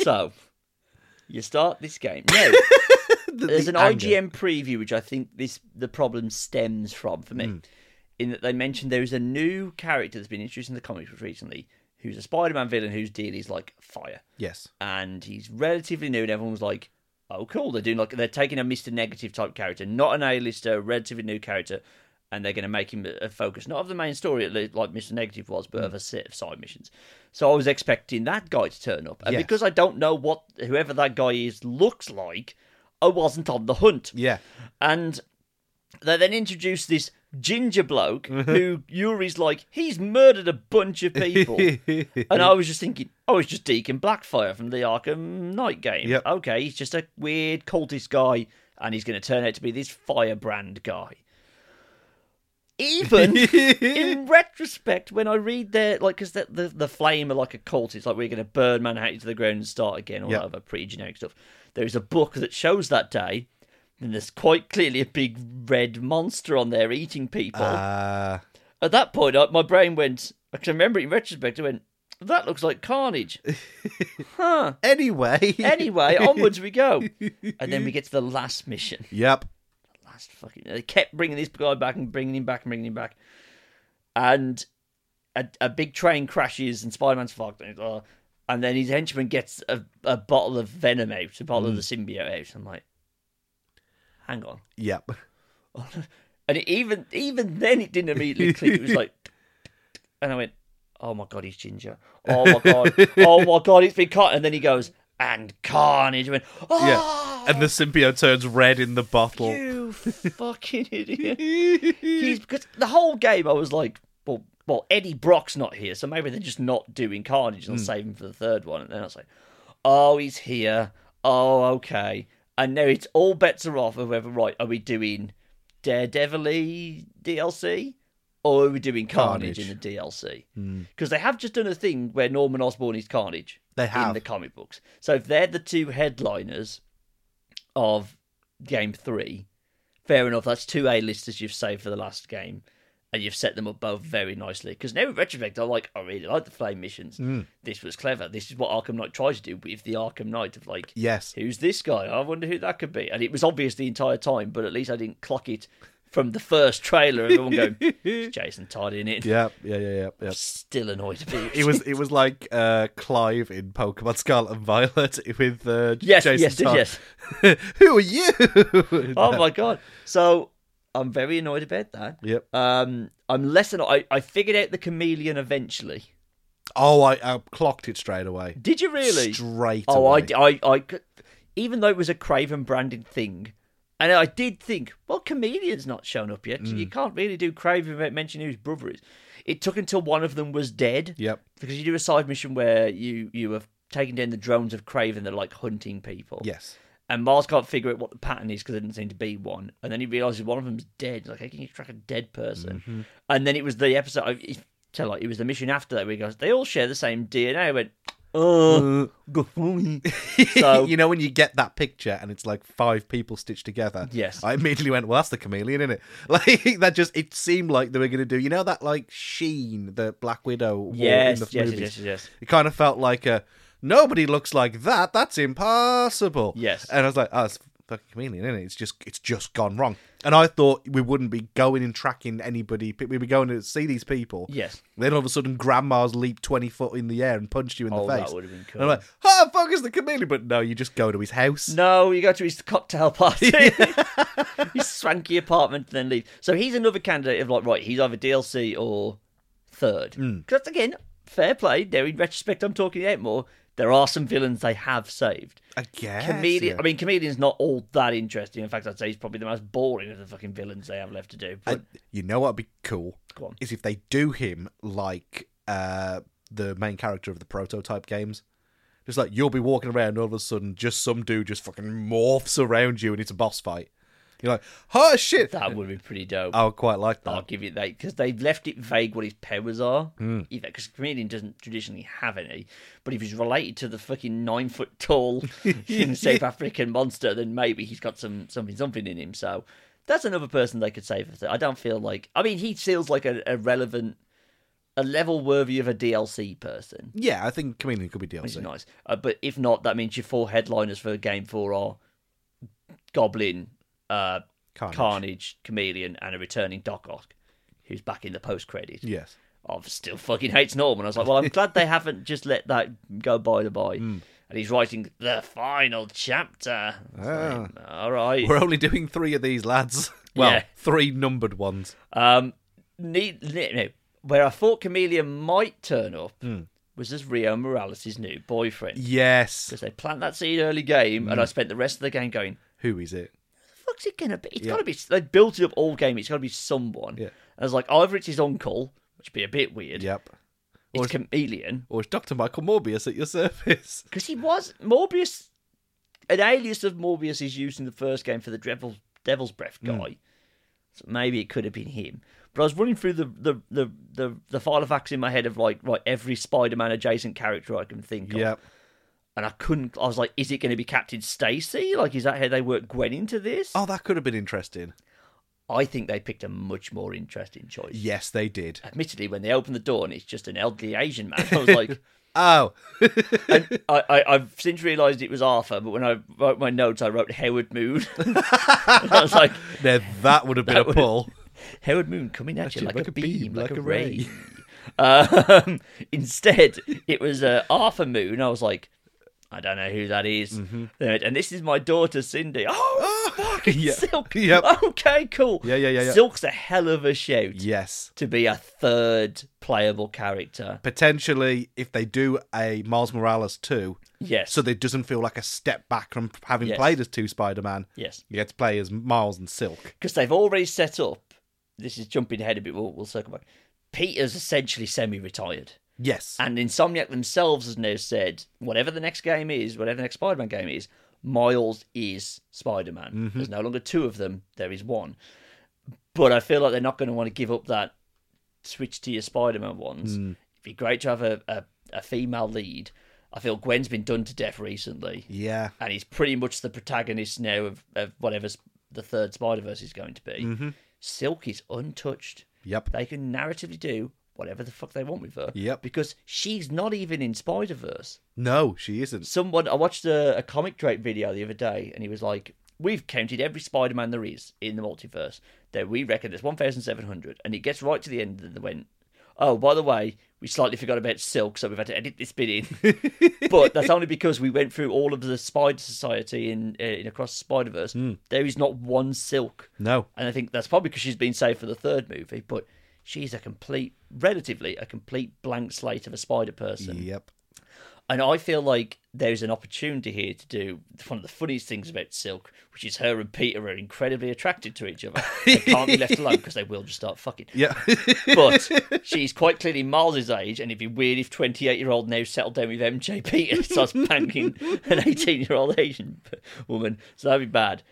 so, you start this game. No, there's an IGN preview, which I think this the problem stems from for me, in that they mentioned there is a new character that's been introduced in the comics recently, who's a Spider-Man villain whose deal is like fire,
Yes.
and he's relatively new, and everyone's like, "Oh, cool!" They're doing like they're taking a Mister Negative type character, not an A-lister, relatively new character. And they're going to make him a a focus, not of the main story at least, like Mr. Negative was, but of a set of side missions. So I was expecting that guy to turn up. And
Yes.
because I don't know what whoever that guy is looks like, I wasn't on the hunt.
Yeah.
And they then introduce this ginger bloke who Yuri's like, he's murdered a bunch of people. and I was just thinking, oh, it's just Deacon Blackfire from the Arkham Knight game.
Yep.
Okay, he's just a weird cultist guy, and he's going to turn out to be this firebrand guy. Even in retrospect, when I read their like, because the, the the flame are like a cult. It's like we're going to burn Manhattan to the ground and start again. All
Yep.
that other pretty generic stuff. There is a book that shows that day, and there's quite clearly a big red monster on there eating people.
Uh,
At that point, I, my brain went. I can remember it in retrospect. I went, "That looks like carnage." huh.
anyway.
Anyway, onwards we go, and then we get to the last mission
yep.
last fucking. They kept bringing this guy back and bringing him back and bringing him back, and a, a big train crashes and Spider Man's fucked. And, uh, and then his henchman gets a, a bottle of venom out, a bottle of the symbiote out. I'm like, hang on.
Yep.
And it even even then, it didn't immediately click. It was like, and I went, "Oh my god, he's ginger! Oh my god! Oh my god, it's been caught!" And then he goes, "And carnage!" I went, "Oh,
And the symbiote turns red in the bottle.
you fucking idiot!" He's because the whole game I was like, well, well, Eddie Brock's not here, so maybe they're just not doing Carnage and save him for the third one. And then I was like, oh, he's here. Oh, okay. And now it's all bets are off of whether right are we doing Daredevil DLC or are we doing Carnage,
Carnage.
in the DLC? Because they have just done a thing where Norman Osborn is Carnage
Mm. They
in
have.
the comic books. So if they're the two headliners of game three, fair enough. That's two A-listers you've saved for the last game, and you've set them up both very nicely. Because now, in retrospect, I'm like, I really like the flame missions.
Mm.
This was clever. This is what Arkham Knight tried to do with the Arkham Knight of like,
Yes.
who's this guy? I wonder who that could be. And it was obvious the entire time, but at least I didn't clock it from the first trailer. of Everyone going, it's Jason Todd in it.
Yep. Yeah. Yeah. Yeah. Yeah.
Still annoyed about it.
It was it was like uh, Clive in Pokemon Scarlet and Violet with uh,
Yes,
Jason
yes,
Todd.
yes.
Who are you?
Oh my god! So I'm very annoyed about that.
Yep.
Um, I'm less annoyed. I, I figured out the chameleon eventually.
Oh, I, I clocked it straight away.
Did you really?
Straight
oh,
away.
I, I, I c- even though it was a Craven branded thing, and I did think, well, chameleon's not shown up yet. so
Mm.
You can't really do Craven without mentioning whose brother is. It took until one of them was dead.
Yep.
Because you do a side mission where you you have taken down the drones of Craven that are like hunting people.
Yes.
And Mars can't figure out what the pattern is because there didn't seem to be one. And then he realizes one of them's dead. Like, how can you track a dead person?
Mm-hmm.
And then it was the episode. I- Tell like it was the mission after that where he goes, they all share the same DNA. I went,
Uh,
oh, go for me. So
you know when you get that picture and it's like five people stitched together.
Yes.
I immediately went, "Well, that's the chameleon, isn't it?" Like that just it seemed like they were going to do. You know that like sheen that Black Widow wore
yes,
in the
yes, yes,
movies.
yes, yes,
It kind of felt like a nobody looks like that. That's impossible.
Yes.
And I was like, oh, it's fucking chameleon, isn't it? It's just it's just gone wrong. And I thought we wouldn't be going and tracking anybody. We'd be going to see these people.
yes.
Then all of a sudden, grandma's leaped twenty foot in the air and punched you in
Oh,
the
that
face.
would've been cool.
And I'm like, how the fuck is the chameleon? But no, you just go to his house.
No, you go to his cocktail party, his swanky apartment, and then leave. So he's another candidate of like, right, he's either DLC or third.
Hmm.
Because that's again, fair play. There, in retrospect, I'm talking out more. There are some villains they have saved.
I guess.
Comedian,
yeah.
I mean, comedian's not all that interesting. In fact, I'd say he's probably the most boring of the fucking villains they have left to do. But
I- you know what'd be cool
Go on.
is if they do him like uh, the main character of the prototype games. Just like you'll be walking around, and all of a sudden, just some dude just fucking morphs around you, and it's a boss fight. You're like, oh shit!
that would be pretty dope.
I would quite like that.
I'll give you that because they've left it vague what his powers are. Because comedian doesn't traditionally have any, but if he's related to the fucking nine foot tall you know, South African monster, then maybe he's got some something something in him. So that's another person they could save. I don't feel like. I mean, he feels like a, a relevant, a level worthy of a DLC person.
Yeah, I think Chameleon could be
Which is
DLC.
nice. Uh, but if not, that means your four headliners for game four are Goblin, uh,
Carnage.
Carnage, Chameleon, and a returning Doc Ock, who's back in the post credit.
Yes.
I've still fucking hates Norman. I was like, well, I'm glad they haven't just let that go by the by. And he's writing the final chapter. I was like, All right.
We're only doing three of these lads. Well,
Yeah.
three numbered ones.
Um, need, ne- no, where I thought Chameleon might turn up was as Rio Morales' new boyfriend.
Yes.
Because they plant that seed early game, and I spent the rest of the game going,
Who is it?
fuck's it gonna be? It's gotta be. They built it up all game. It's gotta be someone.
Yeah.
And I was like, either it's his uncle, which would be a bit weird.
Yep.
It's chameleon
Or is Dr. Michael Morbius at your service?
because he was Morbius, an alias of Morbius is used in the first game for the Devil, Devil's Breath
Hmm.
guy. So maybe it could have been him. But I was running through the the, the, the, the file of facts in my head of like right every Spider-Man adjacent character I can think of.
Yep.
And I couldn't. I was like, is it going to be Captain Stacy? Like, is that how they work Gwen into this?
Oh, that could have been interesting.
I think they picked a much more interesting choice.
Yes, they did.
admittedly, when they opened the door and it's just an elderly Asian man, I was like,
Oh.
and I, I, I've since realised it was Arthur, but when I wrote my notes, I wrote Howard Moon. I was like,
Now that would have been a
would-
pull.
Howard Moon coming at you like, a, beam, like, a ray.
ray.
um, instead, it was uh, Arthur Moon. I was like, I don't know who that is.
Mm-hmm.
They went, And this is my daughter, Cindy. Oh, fuck, it's
Ah, Yeah.
Silk.
Yep.
Okay, cool.
Yeah, yeah, yeah, yeah.
Silk's a hell of a shout
Yes.
to be a third playable character.
Potentially, if they do a Miles Morales 2,
Yes.
so that it doesn't feel like a step back from having
Yes.
played as two Spider Man,
yes.
you get to play as Miles and Silk.
because they've already set up. This is jumping ahead a bit. We'll, we'll circle back. Peter's essentially semi-retired,
Yes.
and Insomniac themselves has now said, whatever the next game is, whatever the next Spider-Man game is, Miles is Spider-Man. There's no longer two of them; there is one. But I feel like they're not going to want to give up that switch to your Spider-Man ones. It'd be great to have a, a, a female lead. I feel Gwen's been done to death recently
yeah.
and he's pretty much the protagonist now of, of whatever s- the third Spider Verse is going to be. Silk is untouched.
Yep.
They can narratively do whatever the fuck they want with her.
Yep.
Because she's not even in Spider Verse.
No, she isn't.
Someone I watched a, a comic Drake video the other day, and he was like, "We've counted every Spider Man there is in the multiverse. There we reckon there's 1,700." And it gets right to the end, and they went, "Oh, by the way." We slightly forgot about Silk, so we've had to edit this bit in but that's only because we went through all of the Spider Society in, uh, in across Spider Verse. There is not one Silk,
No.
and I think that's probably because she's been saved for the third movie. But she's a complete, relatively a complete blank slate of a Spider person.
Yep.
And I feel like there's an opportunity here to do one of the funniest things about Silk, which is her and Peter are incredibly attracted to each other. They can't be left alone because they will just start fucking.
Yeah.
But she's quite clearly Miles's age, and it'd be weird if 28 year old now settled down with MJP and starts banging an 18 year old Asian woman. So that'd be bad.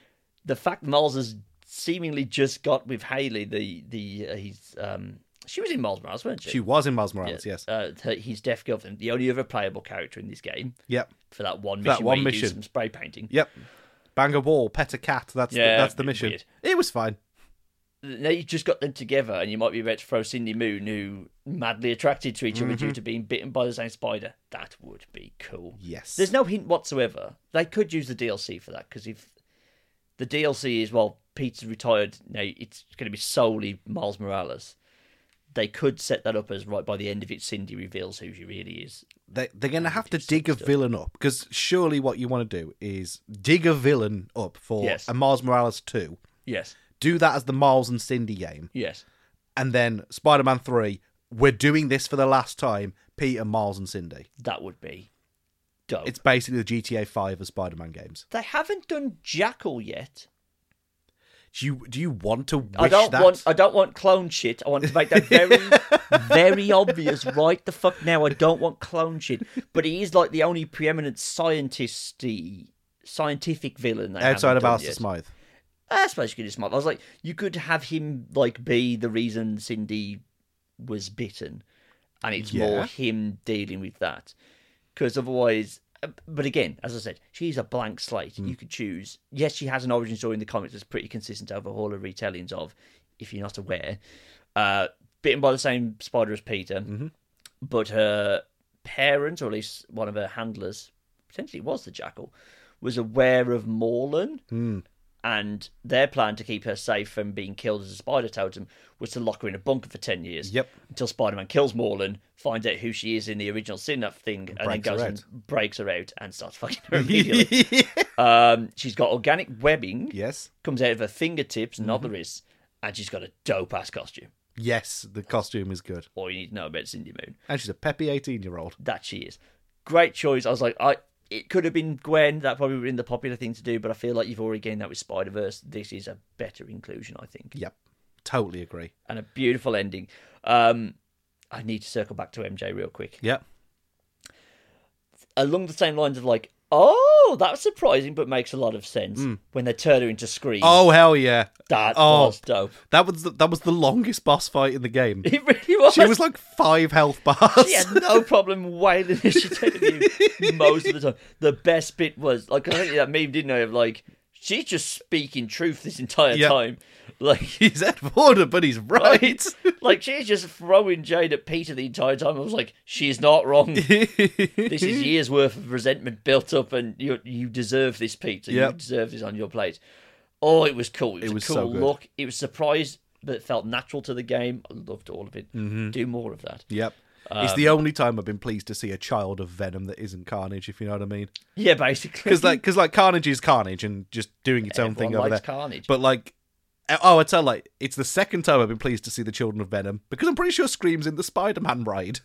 The fact Miles has seemingly just got with Haley, the the uh, his um She was in Miles Morales, wasn't she?
She was in Miles Morales, yes.
Uh, her, his deaf girlfriend, the only other playable character in this game
Yep.
for that one
that
mission.
one
where you do
mission.
some spray painting.
Yep. Bang a wall, pet a cat. That's
Yeah,
the, that's the
bit
mission.
weird.
It was fine.
Now you've just got them together, and you might be about to throw Cindy Moon, who madly attracted to each other due to being bitten by the same spider. That would be cool.
Mm-hmm. Yes.
There's no hint whatsoever. They could use the DLC for that because if the DLC is well, Peter's retired now, it's going to be solely Miles Morales. They could set that up as right by the end of it, Cindy reveals who she really is.
they, they're going to have to dig a villain up because surely what you want to do is dig a villain up for
Yes.
a Miles Morales 2.
Yes,
Do that as the Miles and Cindy game.
yes,
And then Spider Man 3, we're doing this for the last time Peter, Miles, and Cindy.
that would be dope.
It's basically the GTA 5 of Spider Man games.
They haven't done Jackal yet.
Do you, do you want to wish
I don't
that?
want. I don't want clone shit. I want to make that very, very obvious right the fuck now. I don't want clone shit. But he is like the only preeminent scientisty, scientific villain they
Outside
haven't
of
done
Alistair
yet.
Smythe.
I suppose you could just. I was like, you could have him like be the reason Cindy was bitten, and it's more
Yeah.
him dealing with that. Because otherwise, uh, but again, as I said, she's a blank slate. You could choose. Yes, she has an origin story in the comics that's pretty consistent over all her retellings of. If you're not aware, uh, bitten by the same spider as Peter, but her parents, or at least one of her handlers, potentially it was the jackal, was aware of Morlan
Hmm.
and their plan to keep her safe from being killed as a spider totem was to lock her in a bunker for 10 years.
Yep.
Until Spider Man kills Morlan, finds out who she is in the original Sin Up thing, and, then
breaks her
goes and breaks her out and starts fucking her immediately. um, she's got organic webbing,
yes.
comes out of her fingertips and not
Mm-hmm.
the wrists, and she's got a dope ass costume.
Yes, the costume is good.
All you need to know about Cindy Moon.
And she's a peppy 18 year old.
that she is. Great choice. I was like, I it could have been Gwen. That probably would have been the popular thing to do, but I feel like you've already gained that with Spider Verse. This is a better inclusion, I think,
Yep. Totally agree.
and a beautiful ending. Um, I need to circle back to MJ real quick.
Yep.
Along the same lines of like, oh, that's surprising, but makes a lot of sense when they turn her into Scream.
Hmm. Oh hell yeah.
that
oh.
was dope.
That was the, that was the longest boss fight in the game.
It really was.
She was like five health bars.
She had no problem wailing as she did with you most of the time. The best bit was like I think that meme didn't I of like she's just speaking truth this entire
Yeah.
time. Like
He's Ed Warner, but he's right.
like she's just throwing Jade at Peter the entire time. I was like, she's not wrong. This is years worth of resentment built up, and you you deserve this, Peter. You
Yep.
deserve this on your plate. Oh, it was cool. It was,
was
a cool
so good.
look. It was surprise, but it felt natural to the game. I loved all of it.
Mm-hmm.
Do more of that.
Yep. it's the
Um,
only time I've been pleased to see a child of Venom that isn't Carnage, if you know what I mean.
Yeah, basically.
Because like, cause like Carnage is Carnage and just doing its own
Everyone
thing over there.
likes Carnage.
But like, oh, I tell like, it's the second time I've been pleased to see the children of Venom because I'm pretty sure Scream's in the Spider-Man ride.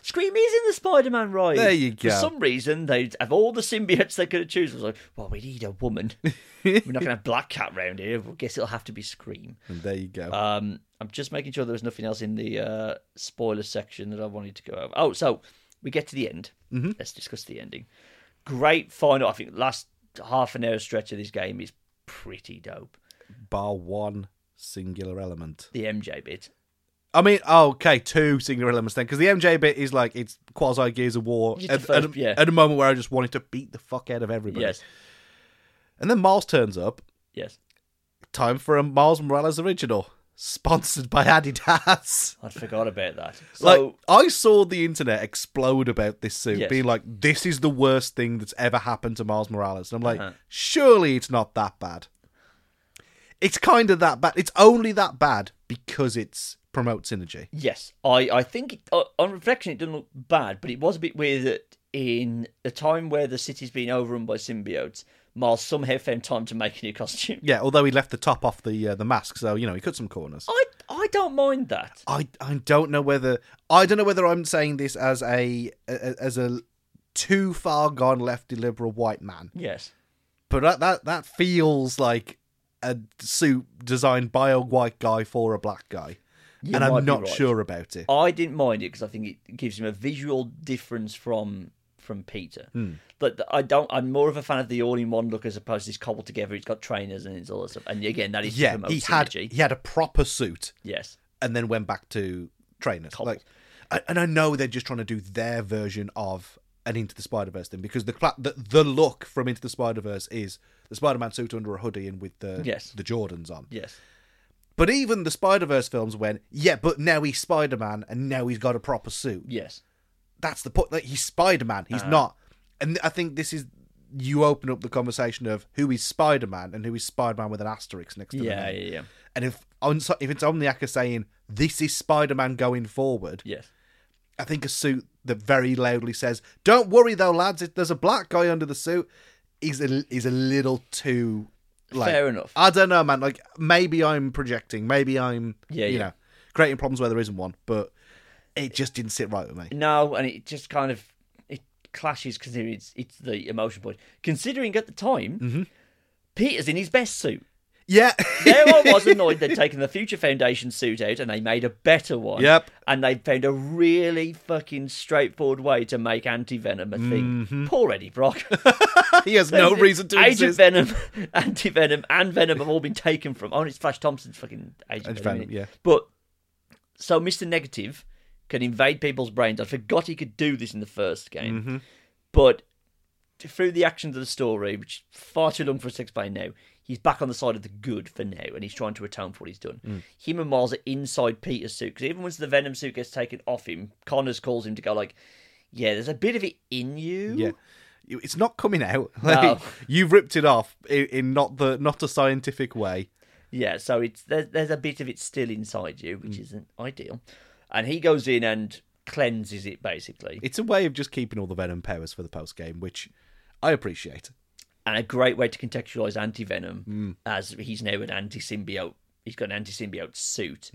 Scream is in the Spider-Man ride.
There you
For
go.
some reason, they of all the symbiotes they could have chosen, was like, well, we need a woman. We're not going to have Black Cat round here. I guess it'll have to be Scream.
And there you go.
Um, I'm just making sure there was nothing else in the uh, spoiler section that I wanted to go over. Oh, so we get to the end.
Mm-hmm.
Let's discuss the ending. Great final. I think last half an hour stretch of this game is pretty dope.
Bar one singular element.
The MJ bit.
I mean, oh, okay, two singular elements then, because the MJ bit is like it's quasi Gears of War
It's the
at,
first-
at a-
yeah.
at a moment where I just wanted to beat the fuck out of everybody.
Yes.
And then Miles turns up.
Yes.
Time for a Miles Morales original, sponsored by Adidas.
I forgot about that. So,
Like I saw the internet explode about this suit,
Yes.
being like, "This is the worst thing that's ever happened to Miles Morales," and I'm like,
Uh-huh.
"Surely it's not that bad." It's kind of that bad. It's only that bad because it's promotes synergy.
Yes, I, I think it, uh, on reflection it doesn't look bad, but it was a bit weird that in a time where the city's been overrun by symbiotes, Miles somehow found time to make a new costume.
Yeah, although he left the top off the uh, the mask, so you know he cut some corners.
I I don't mind that.
I I don't know whether I don't know whether I'm saying this as a a- as a too far gone lefty liberal white man,
Yes,
but that that, that feels like a suit designed by a white guy for a black guy,
You
and
might
I'm
be
not
right.
sure about it.
I didn't mind it because I think it gives him a visual difference from from Peter.
Hmm.
But th- I don't. I'm more of a fan of the all-in-one look as opposed to this cobbled together. It's got trainers and it's all that stuff. And again, that is to
Yeah,
promote
he had
synergy.
he had a proper suit
Yes,
and then went back to trainers.
Cobbles.
Like, I- and I know they're just trying to do their version of an Into the Spider Verse thing because the, cla- the the look from Into the Spider Verse is the Spider Man suit under a hoodie and with the
Yes.
the Jordans on.
Yes.
But even the Spider Verse films went, yeah, but now he's Spider Man and now he's got a proper suit.
Yes.
That's the point. Like, he's Spider Man. He's
Uh-huh.
not. And I think this is you open up the conversation of who is Spider Man and who is Spider Man with an asterisk next to the
Yeah,
name.
yeah, yeah.
And if Ons- if it's Omniaka saying this is Spider Man going forward,
Yes.
I think a suit that very loudly says "Don't worry though, lads, if there's a black guy under the suit," is a, is a little too. Like,
Fair enough.
I don't know, man. Like maybe I'm projecting, maybe I'm
Yeah,
you
yeah.
know creating problems where there isn't one, but it just didn't sit right with me.
No, and it just kind of it clashes because it's it's the emotion point. Considering at the time, Peter's in his best suit.
Yeah,
There I was annoyed they'd taken the Future Foundation suit out and they made a better one.
Yep.
And they found a really fucking straightforward way to make anti venom a thing. Poor Eddie Brock.
he has no reason to
Agent
exist.
Venom, Anti Venom, and Venom have all been taken from. Oh, and it's Flash Thompson's fucking Agent,
Agent
Venom.
Venom,
isn't it?
yeah.
But so Mister Negative can invade people's brains. I forgot he could do this in the first game,
Mm-hmm.
but through the actions of the story, which is far too long for us to explain now, he's back on the side of the good for now, and he's trying to atone for what he's done.
Mm.
Him and Miles are inside Peter's suit because even once the Venom suit gets taken off him, Connors calls him to go like, "Yeah, there's a bit of it in you."
Yeah. You- It's not coming out.
No.
Like, You've ripped it off in, in not the not a scientific way.
Yeah, so it's there's, there's a bit of it still inside you, which isn't ideal. And he goes in and cleanses it basically,
It's a way of just keeping all the venom powers for the post game, which I appreciate.
and a great way to contextualize anti venom as he's now an anti symbiote. He's got an anti symbiote suit,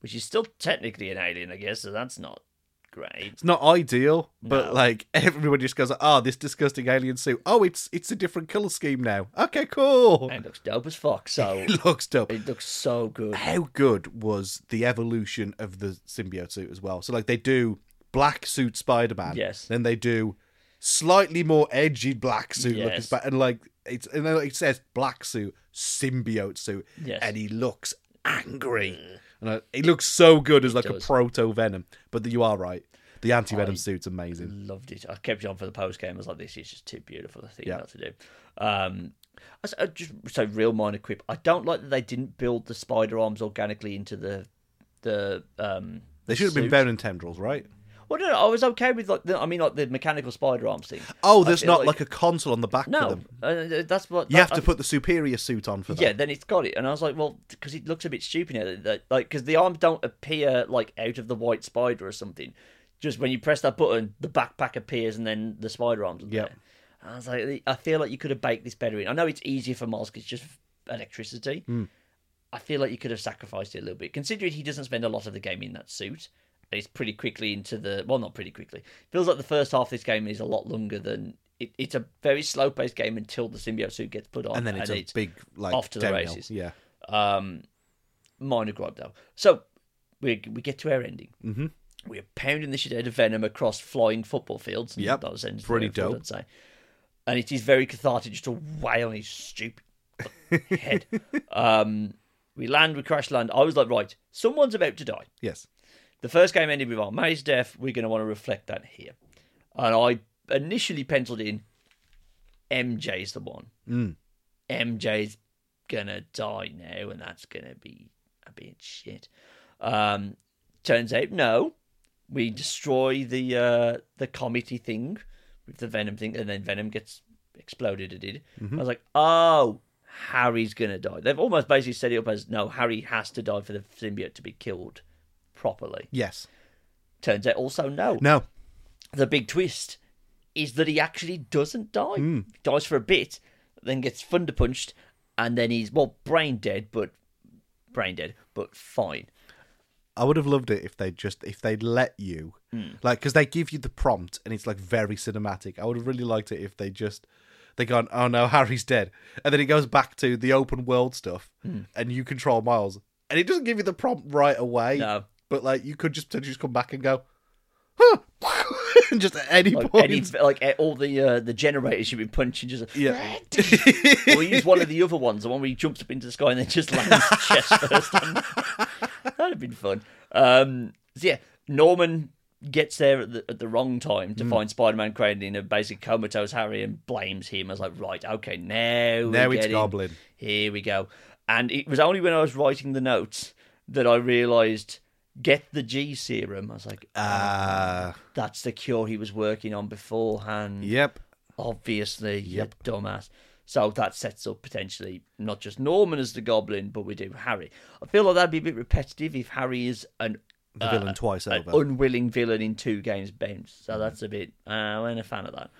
which is still technically an alien, I guess. So that's not great.
It's not ideal, but
No.
like everyone just goes, "Oh, this disgusting alien suit. Oh, it's it's a different color scheme now. Okay, cool.
And it looks dope as fuck. So
It looks dope."
it looks so good.
How good was the evolution of the symbiote suit as well? So like they do black suit Spider-Man,
Yes.
Then they do slightly more edgy black suit looking
Yes.
Spider, and like it's and then it says black suit symbiote suit,
Yes. Mm.
and he looks angry. And I, it looks so good as like
does.
a proto venom. But you are right, the anti venom
I-
suit's amazing.
Loved it. I kept it on for the post game. I was like, this is just too beautiful a thing
Yeah.
not to do. Um, I s- I just so real minor quip. I don't like that they didn't build the spider arms organically into the the. Um,
They should have been venom tendrils, right?
Well, no, no, I was okay with like the, I mean, like the mechanical spider arms thing.
Oh,
I
there's
feel
not like... a console on the back for
no.
them.
Uh, that's what
You
that-
have to
I-
put the superior suit on for that.
yeah, then it's got it, and I was like, well, because it looks a bit stupid now, that- that- like because the arms don't appear like out of the white spider or something. Just when you press that button, the backpack appears, and then the spider arms. are
Yep.
there. And I was like, I feel like you could have baked this better in. I know it's easier for Miles 'cause it's just electricity.
Hmm.
I feel like you could have sacrificed it a little bit, considering he doesn't spend a lot of the game in that suit. And It's pretty quickly into the well, not pretty quickly. Feels like the first half of this game is a lot longer than it, it's a very slow-paced game until the symbiote suit gets put on,
And then it's a big like
off to the
downhill.
races.
Yeah.
Um, minor gripe though. So we we get to our ending. Mm-hmm. We are pounding the shit out of Venom across flying football fields. and
Yep.
those ends
Pretty
there,
dope.
I'd say. And it is very cathartic just to wail on his stupid head. Um, we land, we crash land. I was like, right, someone's about to die.
Yes.
The first game ended with our May's death. We're going to want to reflect that here. And I initially penciled in MJ's the one. MJ's going to die now, and that's going to be a bit shit. Um, turns out, no. We destroy the uh, the comedy thing with the Venom thing, and then Venom gets exploded. It did. I was like, oh, Harry's going to die. They've almost basically set it up as no, Harry has to die for the symbiote to be killed properly.
Yes.
Turns out also no.
No.
The big twist is that he actually doesn't die. He dies for a bit, then gets thunder punched, and then he's well brain dead, but brain dead, but fine.
I would have loved it if they just if they'd let you
Hmm.
like because they give you the prompt and it's like very cinematic. I would have really liked it if they just they gone oh no Harry's dead and then it goes back to the open world stuff
Hmm.
and you control Miles and it doesn't give you the prompt right away.
No.
But like you could just potentially just come back and go huh, and just at any
Like
point
any, like eh, all the uh, the generators you've been punching just
yeah.
or use one of the other ones, the one where he jumps up into the sky and then just lands chest first. on- That'd have been fun. Um, so yeah, Norman gets there at the, at the wrong time
Mm.
to find Spider-Man cradled in a basic comatose Harry and blames him as like, right, okay, now we
Now it's
get him.
Goblin.
Here we go. And it was only when I was writing the notes that I realised get the G serum. I was like,
Ah,
that's the cure he was working on beforehand.
yep.
Obviously, yep. dumbass. So that sets up potentially not just Norman as the goblin, but we do Harry. I feel like that'd be a bit repetitive if Harry is an,
The
Uh,
villain twice
an
over.
unwilling villain in two games bent. So that's a bit. Uh, I ain't a fan of that.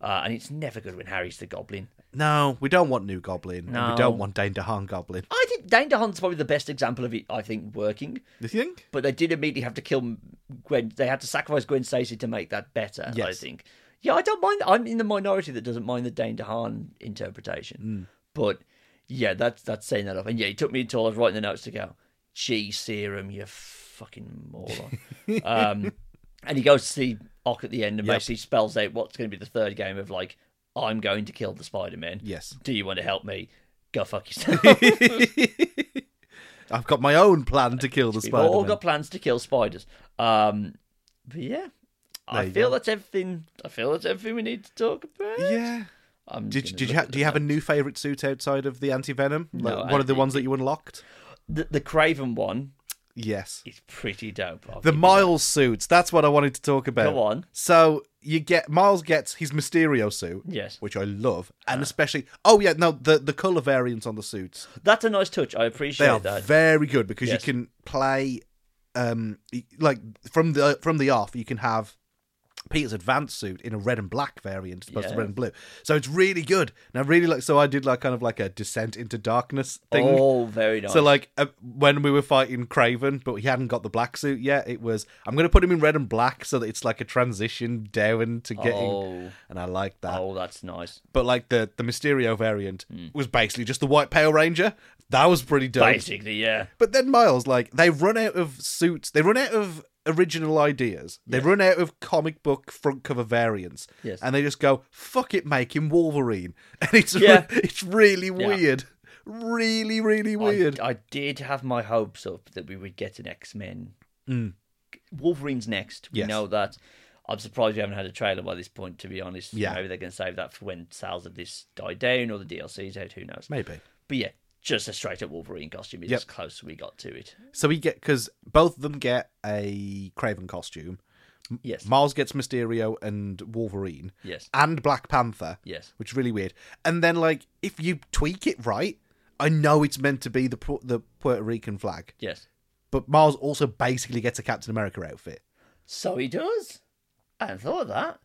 Uh, and it's never good when Harry's the goblin.
no, we don't want new Goblin. And
No.
we don't want Dane DeHaan Goblin.
I think Dane DeHaan's probably the best example of it, I think, working.
Do you think?
but they did immediately have to kill Gwen. They had to sacrifice Gwen Stacy to make that better. I
Yes.
think. Yeah, I don't mind. I'm in the minority that doesn't mind the Dane DeHaan
Hmm.
interpretation, but yeah, that's that's saying that off. And yeah, it took me until I was writing the notes to go, "Gee, serum, you fucking moron." um, and he goes to see Ock at the end and
Yep.
basically spells out what's going to be the third game of like, "I'm going to kill the Spider Man.
Yes.
Do you want to help me? Go fuck yourself."
I've got my own plan to kill the
We've
Spider
all
Man.
got plans to kill spiders. Um, but yeah,
There
I
you
feel
go.
that's everything. I feel that's everything we need to talk about.
Yeah.
I'm
Did,
gonna
did you
look
ha-
at
do you have a new favourite suit outside of the anti venom? Like
No,
one
I-
of the ones that you unlocked?
the, the Craven one?
Yes.
Is pretty dope. I'll
The
give you
Miles suits. That's what I wanted to talk
that.
about.
Go on.
So you get Miles gets his Mysterio suit,
Yes, Uh.
which I love, and especially oh yeah, no the the color variants on the suits
that's a nice touch. I appreciate
they are
that.
very good because
Yes.
you can play um y- like from the from the off you can have Peter's advanced suit in a red and black variant as opposed to
Yeah.
red and blue, so it's really good. And I really like so I did like kind of like a descent into darkness thing.
Oh, very nice.
So like uh, when we were fighting Craven, but he hadn't got the black suit yet. It was I'm going to put him in red and black so that it's like a transition down to getting,
oh,
and I like that.
oh, Hmm. that's nice.
But like the the Mysterio variant was basically just the white Pale Ranger. That was pretty dope.
Basically, yeah.
But then Miles, like they run out of suits. They run out of original ideas. They run out of comic book front cover variants.
Yes.
And they just go fuck it, make him Wolverine, and it's re-
Yeah.
it's really weird. Really, really weird.
I, I did have my hopes up that we would get an X Men. Wolverine's next. We
Mm. Yes.
know that. I'm surprised we haven't had a trailer by this point, to be honest.
Yeah.
Maybe they're going to save that for when sales of this die down or the DLC's out. Who knows?
Maybe.
But yeah, just a straight up Wolverine costume is
Yep.
as close we got to it.
So we get because both of them get a Craven costume.
Yes.
Miles gets Mysterio and Wolverine
yes.
and Black Panther,
Yes.
which is really weird. And then like if you tweak it right, I know it's meant to be the Pu- the Puerto Rican flag,
Yes.
but Miles also basically gets a Captain America outfit.
So he does. I hadn't thought of that.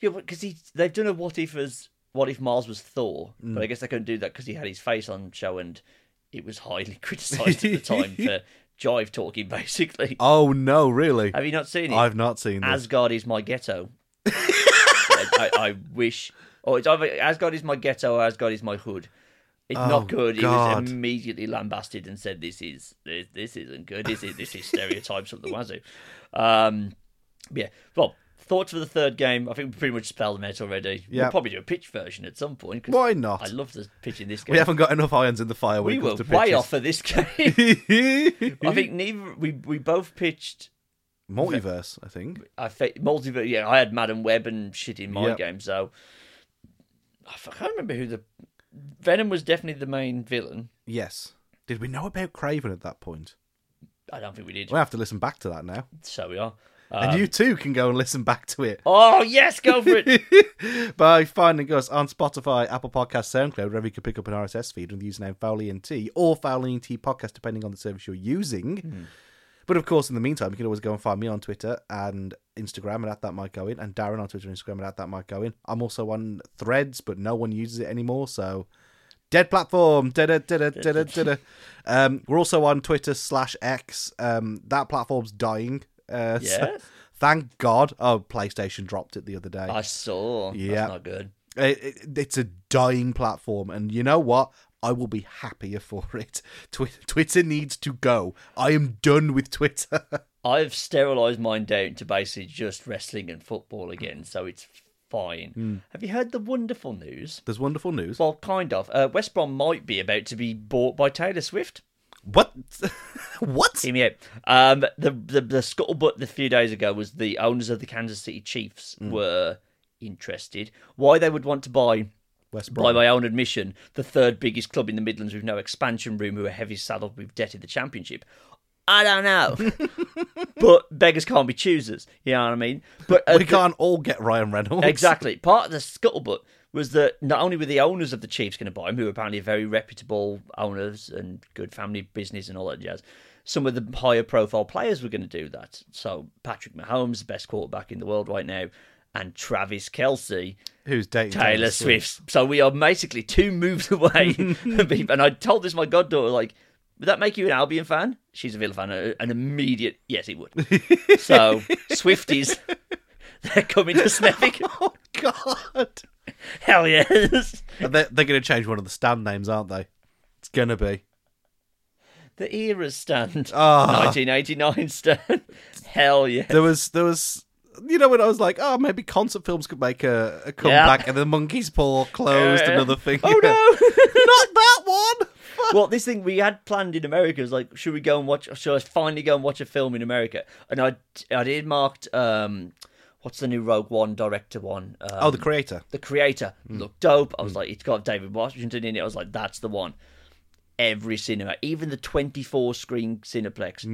Yeah, because he they've done a what if as what if Mars was Thor, but I guess they couldn't do that because he had his face on show and it was highly criticised at the time for jive talking. Basically,
Oh no, really?
have you not seen it?
I've not seen this.
Asgard is my ghetto. I, I, I wish. Oh, it's either Asgard is my ghetto or Asgard is my hood. It's
Oh,
not good. It
God.
was immediately lambasted and said, "This is this, this isn't good. Is it? This is stereotypes of the wazoo." Um, yeah. Well, thoughts for the third game. I think we pretty much spelled them out already.
Yeah.
We'll probably do a pitch version at some point. 'cause
Why not?
I love the pitch in this game.
we haven't got enough irons in the fire.
we
When
were
it comes to
way
pitches.
off for this game. I think neither we we both pitched
Multiverse, I think.
I fa- multiverse. Yeah, I had Madam Web and shit in my
Yep.
game, so I f- I can't remember who the Venom was. Definitely the main villain.
Yes. Did we know about Craven at that point?
I don't think we did.
We'll have to listen back to that now.
so we are. Uh,
And you too can go and listen back to it
oh yes, go for it.
by finding us on Spotify, Apple Podcasts, SoundCloud, wherever you can pick up an RSS feed with the username FowleyNT or FowleyNT Podcast, depending on the service you're using.
Hmm.
But of course, in the meantime, you can always go and find me on Twitter and Instagram at that might go in, and Darren on Twitter and Instagram at that might go in. I'm also on Threads, but no one uses it anymore, so dead platform. Da-da, da-da, da-da, da-da. Um, we're also on Twitter slash X. Um, that platform's dying. Uh, so
Yes.
thank God. Oh, PlayStation dropped it the other day.
I saw.
Yeah.
That's not good.
It, Uh, it, it's a dying platform, and you know what? I will be happier for it. Twi- Twitter needs to go. I am done with Twitter.
I've sterilised mine down to basically just wrestling and football again, so it's fine.
Hmm.
Have you heard the wonderful news?
There's wonderful news.
Well, kind of. Uh, West Brom might be about to be bought by Taylor Swift.
What? what?
Hear me out. Um, the, the the scuttlebutt the few days ago was the owners of the Kansas City Chiefs were interested. Why they would want to buy,
West
by
Brom.
my own admission, the third biggest club in the Midlands with no expansion room, who are heavy saddled with debt in the championship. I don't know, but beggars can't be choosers. You know what I mean? But uh,
we
the-
can't all get Ryan Reynolds.
Exactly. Part of the scuttlebutt was that not only were the owners of the Chiefs going to buy him, who were apparently very reputable owners and good family business and all that jazz, some of the higher profile players were going to do that. So Patrick Mahomes, the best quarterback in the world right now, and Travis Kelsey,
Who's dating
Taylor Swift. So we are basically two moves away. from being- and I told this my goddaughter, like, would that make you an Albion fan? She's a Villa fan. uh, An immediate yes, it would. so Swifties, they're coming to Snevik.
Oh God!
Hell yes.
And They're, they're going to change one of the stand names, aren't they? It's going to be.
The Eras stand.
Ah,
1989 stand. Hell yeah.
there was there was. You know when I was like, oh, maybe concert films could make a, a comeback, and the Monkey's Paw closed
Yeah.
another thing.
Oh no!
Not that one. Fuck.
well, this thing we had planned in America was like, should we go and watch? Should I finally go and watch a film in America? And I, I did marked, um, what's the new Rogue One director one? Um,
Oh, Hmm. the creator.
the creator looked dope. I was like, it's got David Washington in it. I was like, that's the one. Every cinema, even the 24 screen Cineplex,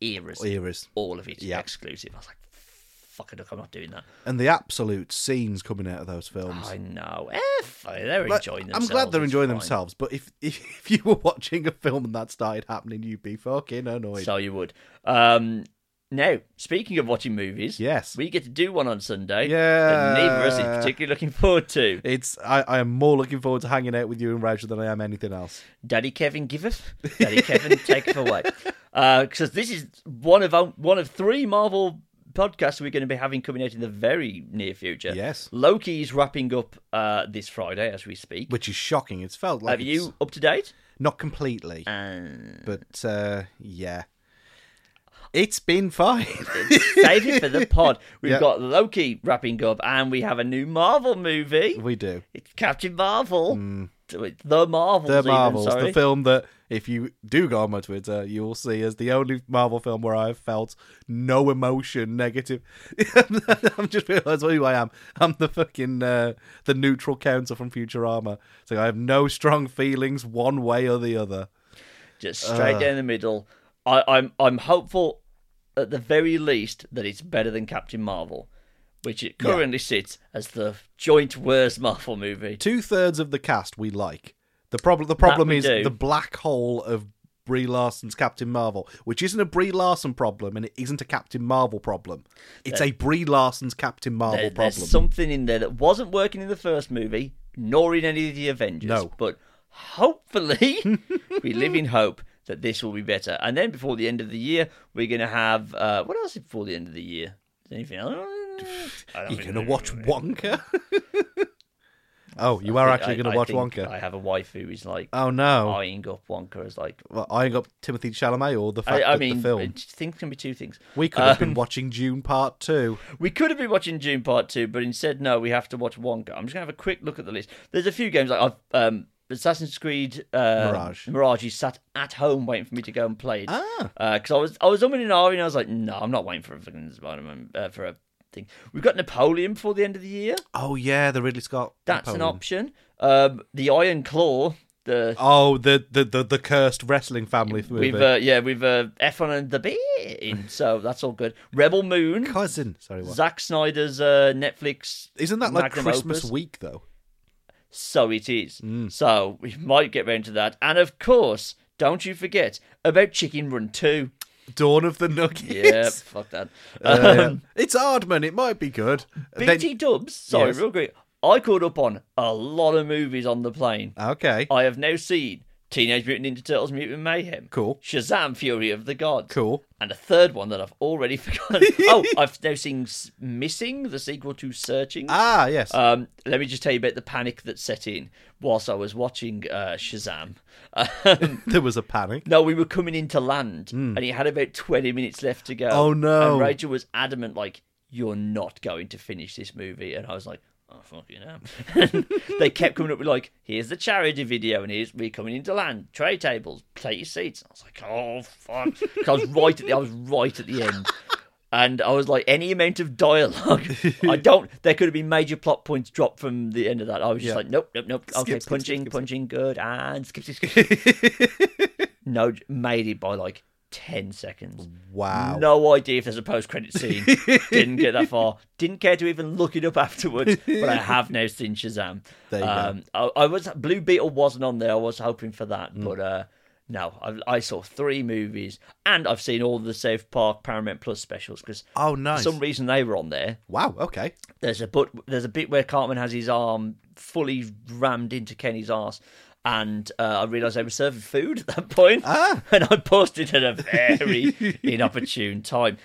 eras,
Eras.
all of it
Hmm. Oh, Yeah.
exclusive. I was like, fuck it, look, I'm not doing that.
and the absolute scenes coming out of those films.
I know. F, they're
But
Ah, enjoying
I'm
themselves.
glad they're
it's
enjoying
fine.
themselves, but if, if if you were watching a film and that started happening, you'd be fucking annoyed.
So you would. Um, now, speaking of watching movies,
yes,
we get to do one on Sunday.
Yeah.
That neither of us is particularly looking forward to.
it's I, I am more looking forward to hanging out with you and Roger than I am anything else.
Daddy Kevin giveth, Daddy Kevin taketh away. Because this is one of our- one of three Marvel podcasts we're going to be having coming out in the very near future.
Yes.
Loki is wrapping up uh, this Friday as we speak.
Which is shocking. It's felt like
Have
it's-
you Uh. up to date?
not completely,
And
but uh, yeah, it's been fine.
save it for the pod. We've
Yeah.
got Loki wrapping up, and we have a new Marvel movie.
we do
It's Captain Marvel. The Marvels.
Mm. the
even,
Marvels,
sorry.
the film that if you do go on my Twitter, you will see as the only Marvel film where I've felt no emotion, negative. I'm just realised who I am. I'm the fucking uh, the neutral counter from Futurama. So I have no strong feelings one way or the other.
just straight
uh.
down the middle. I, I'm I'm hopeful at the very least that it's better than Captain Marvel, which it currently sits as the joint worst Marvel movie.
Two thirds of the cast we like. The problem the problem
we
is
do.
the black hole of Brie Larson's Captain Marvel, which isn't a Brie Larson problem, and it isn't a Captain Marvel problem. It's a Brie Larson's Captain Marvel
There-
problem.
Uh, there's something in there that wasn't working in the first movie, nor in any of the Avengers.
No.
But hopefully, we live in hope that this will be better. And then before the end of the year, we're going to have uh, what else is before the end of the year? Is there anything else? I don't
You're
think-
gonna watch Wonka? oh, you are actually
I-
gonna
I
watch
think
Wonka?
I have a wife who is like
Oh no!
eyeing up Wonka as like
Well, I ain't got Timothy Chalamet or the fact
I, I
that
mean, um,
the film.
it- things can be two things.
We could have been watching June Part Two.
We could have been watching June Part Two, but instead, no, we have to watch Wonka. I'm just gonna have a quick look at the list. There's a few games like I've, um, Assassin's Creed uh,
Mirage.
Mirage is sat at home waiting for me to go and play it
Ah,
because I was I was umming and ahhing, and I was like, no, I'm not waiting for a fucking Spider-Man uh, for a thing. We've got Napoleon before the end of the year.
oh yeah, the Ridley Scott.
That's an
Napoleon.
option. Um, the Iron Claw. The
Oh, the, the the the cursed wrestling family movie.
we've uh, yeah we've uh, F1 and the B in, so that's all good. Rebel Moon.
Cousin, sorry, what?
Zack Snyder's uh, Netflix.
Isn't that like
magnum
Christmas
opus.
week though?
So it is.
Mm.
So we might get round to that. And of course, don't you forget about Chicken Run 2.
Dawn of the
Yeah,
Nuggets.
fuck that.
Uh, yeah.
um,
It's Aardman. It might be good. Then-
BT Dubs, sorry,
Yes.
real quick. I caught up on a lot of movies on the plane.
okay,
I have now seen Teenage Mutant Ninja Turtles Mutant Mayhem.
cool,
Shazam Fury of the Gods.
cool.
And a third one that I've already forgotten. oh, I've now seen S- Missing, the sequel to Searching.
Ah, yes.
Um, let me just tell you about the panic that set in whilst I was watching uh, Shazam. Um,
there was a panic.
no, we were coming in to land, and he had about twenty minutes left to go.
Hmm. Oh, no.
And Rachel was adamant, like, "You're not going to finish this movie," and I was like, oh fucking hell. they kept coming up with like, here's the charity video and here's we coming into land, tray tables, take your seats. And I was like, oh fuck, 'Cause I was right at the I was right at the end. And I was like, any amount of dialogue, I don't. There could have been major plot points dropped from the end of that. I was just
Yeah.
like, nope, nope, nope. okay,
skip, skip,
punching,
skip, skip.
punching, good, and skip, skip, skip. no, made it by like ten seconds.
Wow.
No idea if there's a post credit scene. Didn't get that far. Didn't care to even look it up afterwards, but I have now seen Shazam.
There you go.
um, I, I was Blue Beetle wasn't on there. I was hoping for that,
Hmm.
but uh, no, I, I saw three movies and I've seen all the South Park Paramount Plus specials because
Oh, nice.
for some reason they were on there.
Wow. Okay.
There's a but there's a bit where Cartman has his arm fully rammed into Kenny's ass. And uh, I realised they were serving food at that point,
Ah.
and I posted at a very inopportune time.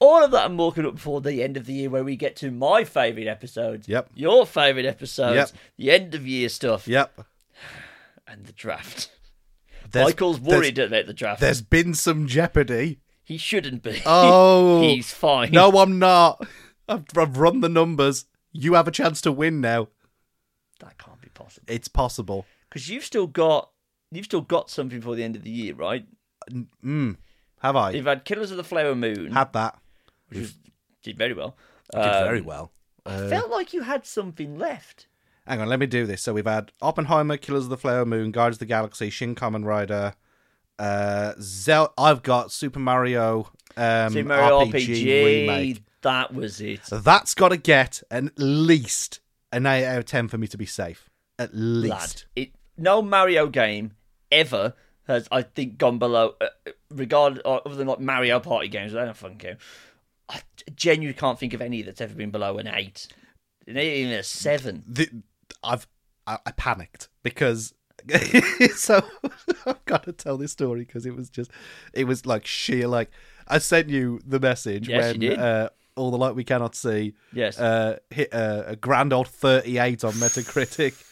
All of that and more coming up before the end of the year, where we get to my favourite episodes,
Yep.
your favourite episodes,
Yep.
the end of year stuff,
Yep.
and the draft.
There's-
Michael's
there's-
worried about the draft.
there's been some jeopardy.
He shouldn't be.
Oh.
he's fine.
No, I'm not. I've, I've run the numbers. You have a chance to win now.
that can't be possible
It's possible.
because you've still got you've still got something for the end of the year, right?
Mm. Have I?
You've had Killers of the Flower Moon,
had that.
which was, did very well.
Did
Um,
very well.
I felt like you had something left.
Hang on, let me do this. So we've had Oppenheimer, Killers of the Flower Moon, Guardians of the Galaxy, Shin Kamen Rider, uh, Zel- I've got Super Mario, um,
Super Mario
RPG, remake.
That was it.
That's got to get at least an eight out of ten for me to be safe. At least.
Lad, it no Mario game ever has I think gone below. Uh, regard uh, other than like Mario Party games, I don't fucking care. I genuinely can't think of any that's ever been below an eight, not even a seven.
the, I've I, I panicked because so I've got to tell this story because it was just it was like sheer like I sent you the message
Yes,
when
you did.
Uh, all the light we cannot see
Yes.
uh, hit a, a grand old thirty eight on Metacritic.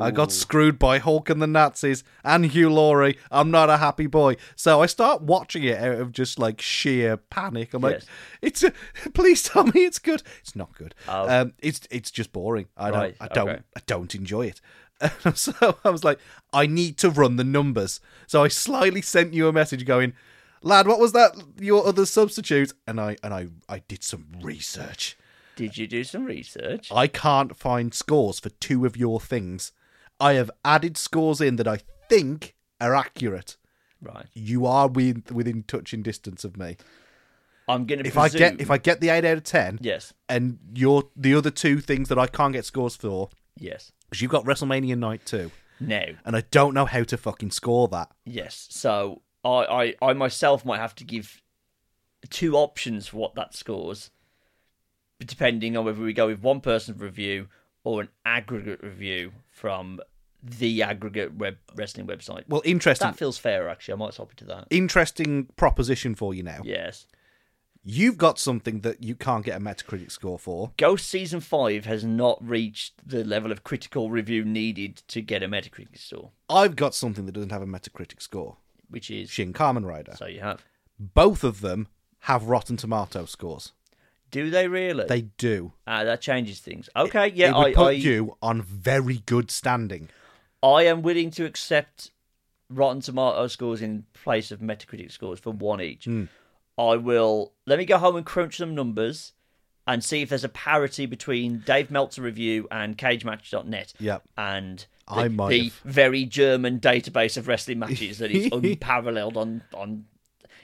I got screwed by Hulk and the Nazis and Hugh Laurie. I'm not a happy boy. So I start watching it out of just like sheer panic. I'm like,
Yes.
it's a, please tell me it's good. It's not good.
Oh.
Um, it's it's just boring. I don't
Right,
I don't
okay.
I don't enjoy it. so I was like, I need to run the numbers. So I slyly sent you a message going, lad, what was that your other substitute? And I and I I did some research.
Did you do some research?
I can't find scores for two of your things. I have added scores in that I think are accurate.
Right.
You are within, within touching distance of me.
I'm gonna.
If I
presume,
get if I get the eight out of ten,
Yes.
and you're the other two things that I can't get scores for,
Yes.
because you've got WrestleMania night too,
No.
and I don't know how to fucking score that.
Yes. So I, I, I myself might have to give two options for what that scores, depending on whether we go with one person's review or an aggregate review from the aggregate web wrestling website.
Well, interesting,
That feels fair, actually. I might swap it to that.
interesting proposition for you now.
Yes.
You've got something that you can't get a Metacritic score for.
Ghost Season 5 has not reached the level of critical review needed to get a Metacritic score,
I've got something that doesn't have a Metacritic score.
which is.
Shin Kamen Rider.
So you have.
both of them have Rotten Tomato scores.
Do they really?
They do.
Ah, that changes things. Okay, yeah,
it would
I,
put
I,
you on very good standing.
I am willing to accept Rotten Tomato scores in place of Metacritic scores for one each.
Hmm.
I will. Let me go home and crunch some numbers and see if there's a parity between Dave Meltzer review and CageMatch.net.
Yep.
And the,
I might
the
have.
very German database of wrestling matches that is unparalleled on on.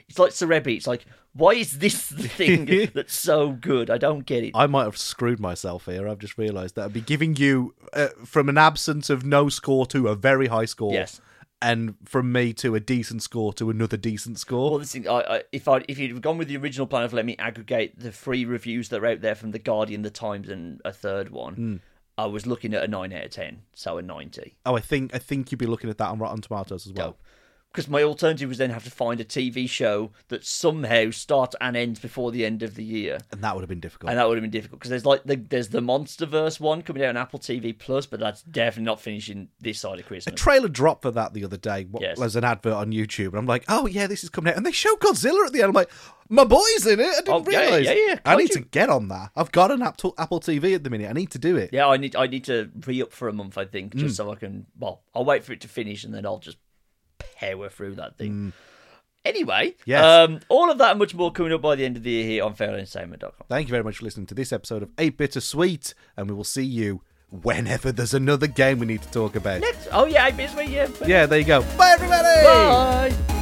It's like Cerebi. It's like, why is this the thing that's so good? I don't get it.
I might have screwed myself here. I've just realised that I'd be giving you uh, from an absence of no score to a very high score.
Yes.
And from me to a decent score to another decent
Well,
score.
this thing, I, I, if I if you'd gone with the original plan of let me aggregate the free reviews that are out there from the Guardian, the Times, and a third one, I was looking at a nine out of ten, so a ninety.
Oh, I think I think you'd be looking at that on Rotten Tomatoes as well.
Dope. because my alternative was then have to find a TV show that somehow starts and ends before the end of the year.
and that would have been difficult.
And that would have been difficult because there's like the, there's the MonsterVerse one coming out on Apple TV Plus, but that's definitely not finishing this side of
a
Christmas.
trailer dropped for that the other day. What
Yes.
was an advert on YouTube, and I'm like, oh yeah, this is coming out, and they show Godzilla at the end. I'm like, my boy's in it. I didn't
Oh, yeah,
realize.
yeah, yeah.
I
God,
need
you-
to get on that. I've got an Apple Apple TV at the minute. I need to do it.
Yeah, I need I need to re up for a month, I think, just so I can. Well, I'll wait for it to finish and then I'll just power through that thing. Anyway,
Yes.
um, all of that and much more coming up by the end of the year here on FairEntertainment.com.
Thank you very much for listening to this episode of Eight Bittersweet, and we will see you whenever there's another game we need to talk about.
Next, oh yeah, I missed me. Yeah,
Yeah, there you go. Bye everybody.
bye.